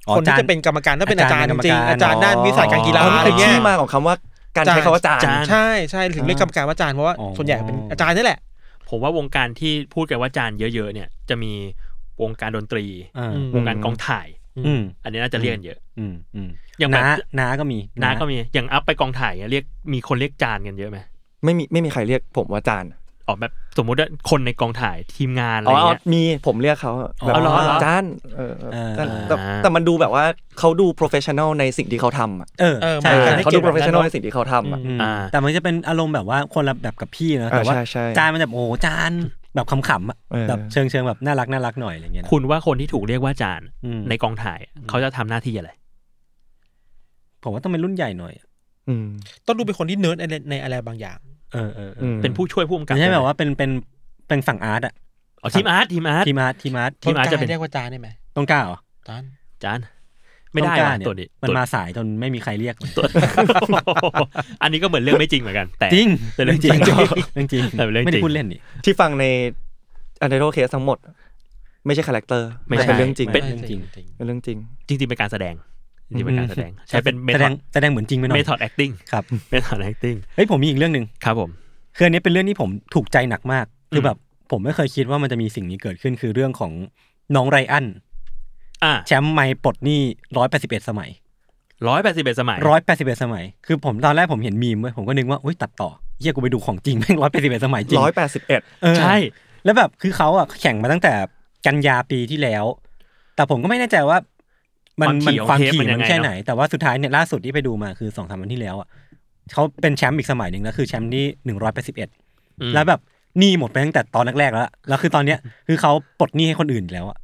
[SPEAKER 2] อ๋อ
[SPEAKER 3] คนที่
[SPEAKER 2] จา
[SPEAKER 3] จะเป็นกรรมการต้องเป็นอาจารย์จริงๆ
[SPEAKER 2] อา
[SPEAKER 3] อา
[SPEAKER 2] จา
[SPEAKER 3] จาร ร
[SPEAKER 2] ย์
[SPEAKER 3] ย์ด้านวิชาการกีฬา
[SPEAKER 5] อ๋อมัน
[SPEAKER 3] อะไร
[SPEAKER 5] คือ
[SPEAKER 3] เงี้
[SPEAKER 5] ที่
[SPEAKER 3] ย
[SPEAKER 5] มาของคำว่าการ
[SPEAKER 3] จาน
[SPEAKER 5] ใช้คำว่าจาน
[SPEAKER 4] จาน
[SPEAKER 3] ใช่ใช่ถึงเรียกกรรมการว่าอาจารย์เพราะว่า
[SPEAKER 2] อ๋อ
[SPEAKER 3] ส่วนใหญ่เป็นอาจารย์นี่แหละ
[SPEAKER 4] ผมว่าวงการที่พูดกันว่าจานเยอะๆเนี่ยจะมีวงการดนตรี
[SPEAKER 2] อ่า
[SPEAKER 4] อืมวงการกองถ่าย
[SPEAKER 2] อืม
[SPEAKER 4] อันนี้น่าจะเรียกกันเยอะ
[SPEAKER 2] อืมอืม
[SPEAKER 4] อย่างแบบ
[SPEAKER 2] น้าน้าก็มี
[SPEAKER 4] น้าก็มีอย่างอัพไปกองถ่ายเนี่ยเรียกมีคนเรียกจานกันเยอะไหม
[SPEAKER 5] ไม่มีไม่มีใครเรียกผมว่าจาน
[SPEAKER 4] ออกแบบสมมุติว่าคนในกองถ่ายทีมงานอะไร
[SPEAKER 5] อ๋อ
[SPEAKER 4] เงี้ย
[SPEAKER 5] มีผมเรียกเขาแบบ
[SPEAKER 4] อ๋อเหรอเหรอ
[SPEAKER 5] จานเออจานแต่
[SPEAKER 4] อ่า
[SPEAKER 5] แต่มันดูแบบว่าเขาดู professional ในสิ่งที่เขาทำอะ
[SPEAKER 2] เออ
[SPEAKER 3] เออ
[SPEAKER 2] ใช่
[SPEAKER 5] เออ
[SPEAKER 2] ใช่
[SPEAKER 3] ให้
[SPEAKER 5] เขา
[SPEAKER 3] เกียร
[SPEAKER 5] ดู
[SPEAKER 3] ติ
[SPEAKER 5] professional ในสิ่งที่เขาทำอะ
[SPEAKER 2] อืม
[SPEAKER 4] อ่า
[SPEAKER 2] แต่มันจะเป็นอารมณ์แบบว่าคนละแบบกับพี่นะ
[SPEAKER 5] อ่า
[SPEAKER 2] แต่ว่า
[SPEAKER 5] ใช่ใช่
[SPEAKER 2] จานมันจะโอ้โหจานแบบขำๆอะ
[SPEAKER 5] เออ
[SPEAKER 2] แบบเชิงเชิงแบบน่ารักน่ารักหน่อยอะไรเงี้ยนะ
[SPEAKER 4] คุณว่าคนที่ถูกเรียกว่าจาน
[SPEAKER 2] อืม
[SPEAKER 4] ในกองถ่ายเขาจะทำหน้าที่อะไร
[SPEAKER 2] ผมว่าต้องเป็นรุ่นใหญ่หน่อยอะ
[SPEAKER 5] อืม
[SPEAKER 3] ต้องดูเป็นคนที่เนิร์ดในในอะไรบางอย่าง
[SPEAKER 2] เออเออเอ
[SPEAKER 5] อื
[SPEAKER 2] อ
[SPEAKER 5] ม
[SPEAKER 4] เป็นผู้ช่วยผู้กำกับ
[SPEAKER 2] ไม่ใช่แบบว่าเป็นเป็นเป็นฝั่งอาร์ตอะ
[SPEAKER 4] อ๋อทีมอาร์ตทีมอาร์ต
[SPEAKER 2] ทีมอาร์ตทีมอาร์ต
[SPEAKER 4] ทีมอาร์ตจะเป็น
[SPEAKER 3] ต้กล้เรียกว่าอาจารย์ได้ไหม
[SPEAKER 2] ต้องกล้าเหรอ
[SPEAKER 3] อาจารย์
[SPEAKER 4] จานไม่ได้
[SPEAKER 2] ต้อกล้า
[SPEAKER 4] ว่ะ
[SPEAKER 2] เนี่ย
[SPEAKER 4] ตัวนี้
[SPEAKER 2] มัน
[SPEAKER 4] ตัว
[SPEAKER 2] มาสายจนไม่มีใครเรียก
[SPEAKER 4] ตัว (laughs) อันนี้ก็เหมือนเรื่องไม่จริงเหมือนกัน แต่
[SPEAKER 2] จริง
[SPEAKER 4] แต่เรื่องจริง
[SPEAKER 2] เรื่องจริง
[SPEAKER 4] แต่เรื่องจริง
[SPEAKER 2] ไม่ได้พูดเล่นนี่
[SPEAKER 5] ที่ฟังใน อันเดอร์เคสทั้งหมด ไม่ใช่คาแรคเตอร์
[SPEAKER 4] ไม่ใช่
[SPEAKER 5] เป็นเรื่องจริง
[SPEAKER 2] เป็น
[SPEAKER 5] เ
[SPEAKER 2] เรื่องจริง
[SPEAKER 5] ป็นเรื่องจริง
[SPEAKER 4] จริงๆเป็นการแสดงจริงๆเป็นการแสดง ใช้เป็นเม
[SPEAKER 2] แส
[SPEAKER 4] ท
[SPEAKER 2] ด
[SPEAKER 4] อด
[SPEAKER 2] งแสดงเหมือนจริงไปหน่อ
[SPEAKER 4] เม
[SPEAKER 2] ย
[SPEAKER 4] ทอด acting
[SPEAKER 2] ครับ
[SPEAKER 4] เมทอด acting
[SPEAKER 2] เฮ้ยผมมีอีกเรื่องหนึ่ง
[SPEAKER 4] ครับผม
[SPEAKER 2] คืออันนี้เป็นเรื่องที่ผมถูกใจหนักมาก คืออ
[SPEAKER 4] ม
[SPEAKER 2] แบบผมไม่เคยคิดว่ามันจะมีสิ่งนี้เกิดขึ้น คือเรื่องของน้องไรอัน
[SPEAKER 4] อ่ะ
[SPEAKER 2] แชมป์ไม่ปลดหนี้ร้อยแปดสิบเอ็ดสมัย
[SPEAKER 4] ร้อยแปดสิบเอ็ดสมัย
[SPEAKER 2] ร้อยแปดสิบเอ็ดสมัย คือผมตอนแรกผมเห็นมีมเว้ยผมก็นึกว่าอุ้ยตัดต่อเฮียกูไปดูของจริงแม่งร้อยแปดสิบเอ็ดสมัยจริง
[SPEAKER 5] ร้อยแปดสิบเอ็ด
[SPEAKER 2] เออ
[SPEAKER 4] ใช่
[SPEAKER 2] แล้วแบบคือเขาอะแข่งมาตั้งแต่กันยาปีที่แล้ว แต่ผมก็ไม่แน่ใจว่า มันมันความถี่มันแค่ไหน แต่ว่าสุดท้ายเนี่ยล่าสุดที่ไปดูมาคือสองสามวันที่แล้วอะเขาเป็นแชมป์อีกสมัยหนึ่งแล้วคือแชมป์ที่หนึ่งร้อยแปดสิบเอ็ด
[SPEAKER 4] อืม
[SPEAKER 2] แล้วแบบหนี้หมดไปตั้งแต่ตอนแรกๆแล้วอะแล้วคือตอนเนี้ย คือเขาปลดหนี้ให้คนอื่นแล้วอะ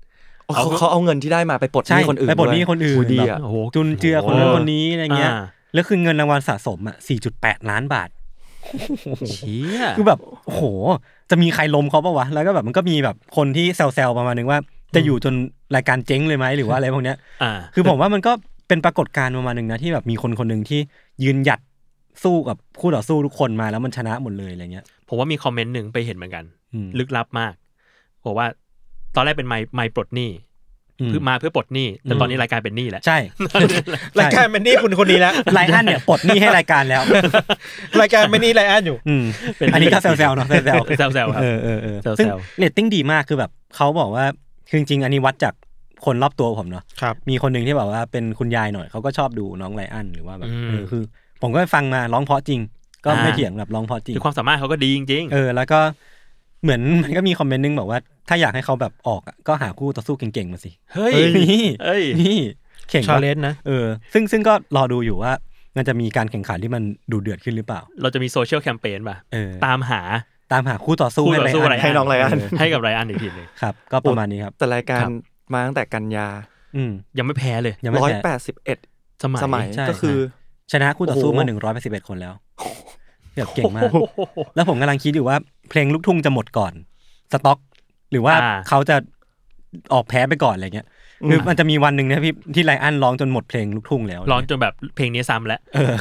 [SPEAKER 5] เขาเขาเอาเงินที่ได้มาไปปลดห
[SPEAKER 2] ใช่
[SPEAKER 5] นี้คนอื่น
[SPEAKER 2] ไปปลดหนี้
[SPEAKER 5] วย
[SPEAKER 2] คนอื่น
[SPEAKER 5] โดีอ่ะ
[SPEAKER 4] โอ้โห
[SPEAKER 2] จุนเจือคนนั้นคนนี้อะไรเงี้ย
[SPEAKER 4] อ่า
[SPEAKER 2] แล้วคือเงินรางวัลสะสมอ่ะ 4.8 ล้านบาท
[SPEAKER 4] เชี่ย
[SPEAKER 2] คือแบบโอ้โห จะมีใครล้มเขาปะวะ แล้วก็แบบมันก็มีแบบคนที่แซวๆประมาณนึงว่า จะอยู่จนรายการเจ๊งเลยไหมหรือว่าอะไรพวกเนี้ย
[SPEAKER 4] อ่า
[SPEAKER 2] คือผมว่ามันก็เป็นปรากฏการณ์ประมาณหนึ่งนะที่แบบมีคนคนหนึ่งที่ยืนหยัดสู้กับคู่ต่อสู้ทุกคนมาแล้วมันชนะหมดเลยอะไรเงี้ย
[SPEAKER 4] ผมว่ามีคอมเมนต์หนึ่งไปเห็นเหมือนกัน
[SPEAKER 2] อืม
[SPEAKER 4] ลึกลับมากบอกว่า ตอนแรกเป็นไมค์ไมค์ปลดหนี้
[SPEAKER 2] อืม
[SPEAKER 4] เพื่อมาเพื่อปลดหนี้แต่
[SPEAKER 2] อืม
[SPEAKER 4] ตอนนี้รายการเป็นหนี้แล้ว
[SPEAKER 2] ใช่
[SPEAKER 3] รายการมันนี่คุณคนนี้แล้ว
[SPEAKER 2] ไลอ้อนเนี่ยปลดหนี้ให้รายการแล้ว
[SPEAKER 3] รายการมันนี่ไรอันอยู่
[SPEAKER 2] อืม
[SPEAKER 4] เป็น
[SPEAKER 2] อันนี้ก็แซวๆเนาะแซว
[SPEAKER 4] แซวแซวๆค
[SPEAKER 2] ๆ
[SPEAKER 4] รับ
[SPEAKER 2] เออเออเออ
[SPEAKER 4] แซวๆ
[SPEAKER 2] ซึ่งเรตติ้งดีมากคือแบบเขาบอกว่าคือจริงๆอันนี้วัดจากคนรอบตัวผมเนาะ
[SPEAKER 3] ครับ
[SPEAKER 2] มีคนหนึ่งที่แบบว่าเป็นคุณยายหน่อยเขาก็ชอบดูน้องไลอ้อนหรือว่าแบบ
[SPEAKER 4] อืม
[SPEAKER 2] เออคือ ผมก็ไปฟังมาร้องเพราะจริง ก็ไม่
[SPEAKER 4] อ่า
[SPEAKER 2] เถียงแบบร้องเพราะจริง
[SPEAKER 4] คือความสามารถเขาก็ดีจริงๆ
[SPEAKER 2] เออแล้วก็เหมือนมันก็มีคอมเมนต์นึงบอกว่า ถ้าอยากให้เขาแบบออกอะก็หาคู่ต่อสู้เก่งๆมาสิ
[SPEAKER 4] เฮ้ย
[SPEAKER 2] นี่
[SPEAKER 4] เฮ้ย
[SPEAKER 2] นี่เข่ง
[SPEAKER 3] ชา
[SPEAKER 2] ปะ
[SPEAKER 3] เลนจ์นะ
[SPEAKER 2] เออ ซึ่งซึ่งก็รอดูอยู่ว่ามันจะมีการแข่งขันที่มันดูเดือดขึ้นหรือเปล่า
[SPEAKER 4] เราจะมีโซเชียลแคมเปญป่ะ
[SPEAKER 2] เออ
[SPEAKER 4] ตามหา
[SPEAKER 2] ตามหาคู่ต่อสู้
[SPEAKER 4] คู่ต่อสู้
[SPEAKER 2] ให้
[SPEAKER 4] อะไร
[SPEAKER 2] ไล
[SPEAKER 5] ให้น้องไรอัน
[SPEAKER 2] เ
[SPEAKER 4] ให้กับไรอันอีกทีหนึ่ง
[SPEAKER 2] ครับ ก็ประมาณนี้ครับ
[SPEAKER 5] แต่รายกา
[SPEAKER 4] ครั
[SPEAKER 5] ร
[SPEAKER 4] บ
[SPEAKER 5] มาตั้งแต่กันยา
[SPEAKER 2] อืม
[SPEAKER 4] ยังไม่แพ้เลย
[SPEAKER 2] ยังไม่
[SPEAKER 5] ร้อย
[SPEAKER 2] แพ้
[SPEAKER 5] แปดสิบเอ็ด
[SPEAKER 4] สมัย
[SPEAKER 5] สมัย
[SPEAKER 2] ใช่
[SPEAKER 5] ก็คือ
[SPEAKER 2] ชนะคู่ต่อสู้
[SPEAKER 5] โอ้โห
[SPEAKER 2] มาหนึ่งร้อยแปดสิบเอ็ดคนแล้วแบบเก่งมาก
[SPEAKER 4] โอ้โห
[SPEAKER 2] แล้วผมกำลังคิดอยู่ว่าเพลงลูกทุ่งจะหมดก่อน สต็อก หรือว่า
[SPEAKER 4] อ่า
[SPEAKER 2] เขาจะออกแพ้ไปก่อนอะไรเงี้ยคือมันจะมีวันหนึ่งนะพี่ที่ไลอ้อนร้องจนหมดเพลงลูกทุ่งแล้ว
[SPEAKER 4] ร้อนจนแบบเพลงนี้ซ้ำแล้ว
[SPEAKER 2] เออ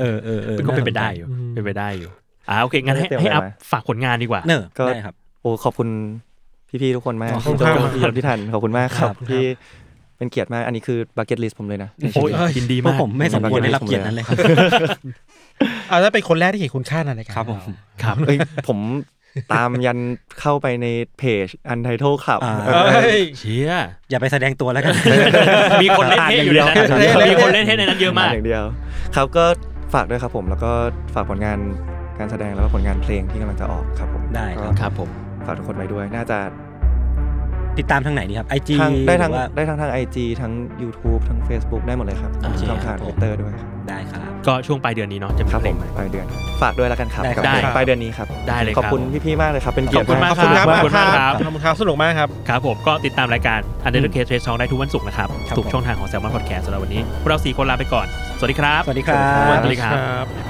[SPEAKER 2] เออเออเออ
[SPEAKER 4] ก็เป็นไปได้
[SPEAKER 2] าส
[SPEAKER 4] อยู่
[SPEAKER 2] ใจ
[SPEAKER 4] เป็นไปได้อยู่อ่าโอเคงั้นให้
[SPEAKER 5] ไม่ได้เตรียม
[SPEAKER 4] ให้
[SPEAKER 5] อะไร
[SPEAKER 4] อัพ
[SPEAKER 5] มา
[SPEAKER 4] ฝากผลงานดีกว่า
[SPEAKER 2] เนอะ
[SPEAKER 5] ก็
[SPEAKER 2] ได้ครับ
[SPEAKER 5] โอ้ขอบคุณพี่ๆทุกคนมาก
[SPEAKER 3] ขอบคุ
[SPEAKER 5] พี่
[SPEAKER 3] ณ
[SPEAKER 5] โจ
[SPEAKER 3] ครับ
[SPEAKER 5] พี่พี่ทันขอบคุณมากค
[SPEAKER 2] ค
[SPEAKER 5] รั
[SPEAKER 2] รับ บ
[SPEAKER 5] ที่เป็นเกียรติมากอันนี้คือบักเก็ตลิสผมเลยนะ
[SPEAKER 4] โอ้ยยินดี
[SPEAKER 2] เพ
[SPEAKER 4] มาก
[SPEAKER 2] ราะผมไม่สมควรได้รับเกียรตินั้นเลยครับ
[SPEAKER 3] เอาแล้วเป็นคนแรกที่เห็นคุณค่าในรายการ
[SPEAKER 2] ครับผม
[SPEAKER 4] ครับ
[SPEAKER 5] เอ้ยผมตามยันเข้าไปในเพจอันไทโทครับ
[SPEAKER 2] อ่า
[SPEAKER 3] เอ้ย
[SPEAKER 4] เชีย
[SPEAKER 2] อย่าไปแสดงตัวแล้วกัน
[SPEAKER 4] มีคนเล่นเทสอยู่ในนั้น
[SPEAKER 5] อ่านอย่างเดียว
[SPEAKER 4] มีคนเล่นเทสในนั้นเยอะมาก
[SPEAKER 5] อย่างเดียวครับก็ฝากด้วยครับผมแล้วก็ฝากผลงานการแสดงแล้วก็ผลงานเพลงที่กำลังจะออกครับผม
[SPEAKER 2] ได้ครับ
[SPEAKER 5] ก็
[SPEAKER 4] ครับผม
[SPEAKER 5] ฝากทุกคนไว้ด้วย น่าจะ
[SPEAKER 2] ติดตามทางไหนดีครับไอจี
[SPEAKER 5] ทางได้ทั้ง
[SPEAKER 2] ว่า
[SPEAKER 5] ได้ทั้งทาง IG ทั้ง YouTube ทั้ง Facebook ได้หมดเลยครับ
[SPEAKER 2] โอเค
[SPEAKER 5] ช่องทาง
[SPEAKER 2] ครับผ
[SPEAKER 5] ท
[SPEAKER 2] ม
[SPEAKER 5] วิตเตอร์ด้วยครับ
[SPEAKER 2] ได้ครับ
[SPEAKER 4] ก็ช่วงปลายเดือนนี้เนาะจะมี
[SPEAKER 5] ครับ
[SPEAKER 4] เพล
[SPEAKER 5] ผ
[SPEAKER 4] ง
[SPEAKER 5] ม
[SPEAKER 4] ใหม่
[SPEAKER 5] ปลายเดือน ฝากด้วยแล้วกันครับ
[SPEAKER 2] ได้ครับ
[SPEAKER 5] กั
[SPEAKER 4] ได้
[SPEAKER 5] บเพลง
[SPEAKER 4] ครับ
[SPEAKER 5] ปลายเดือนนี้ครับ
[SPEAKER 4] ได้เลย
[SPEAKER 5] ขอบคุณ
[SPEAKER 4] ครับ
[SPEAKER 5] พี่ๆมากเลยครับเป็นเกียรติ
[SPEAKER 4] ขอบคุณมาก
[SPEAKER 3] ขอบคุณครับ
[SPEAKER 4] ขอบคุณมาก
[SPEAKER 3] ข
[SPEAKER 4] ครับ
[SPEAKER 3] อบคุณครับสนุกมากครับ
[SPEAKER 4] ครับผมก็ติดตามรายการ Under Case Race Song ได้ทุกวันศุกร์นะครับ
[SPEAKER 2] ครับ
[SPEAKER 4] ทุกช่องทางของ Salmon Podcast สำหรับวันนี้พวกเราสี่คนลาไปก่อน สวัสดีครับ
[SPEAKER 2] สวัสดีครับ
[SPEAKER 4] สวัสดีครับ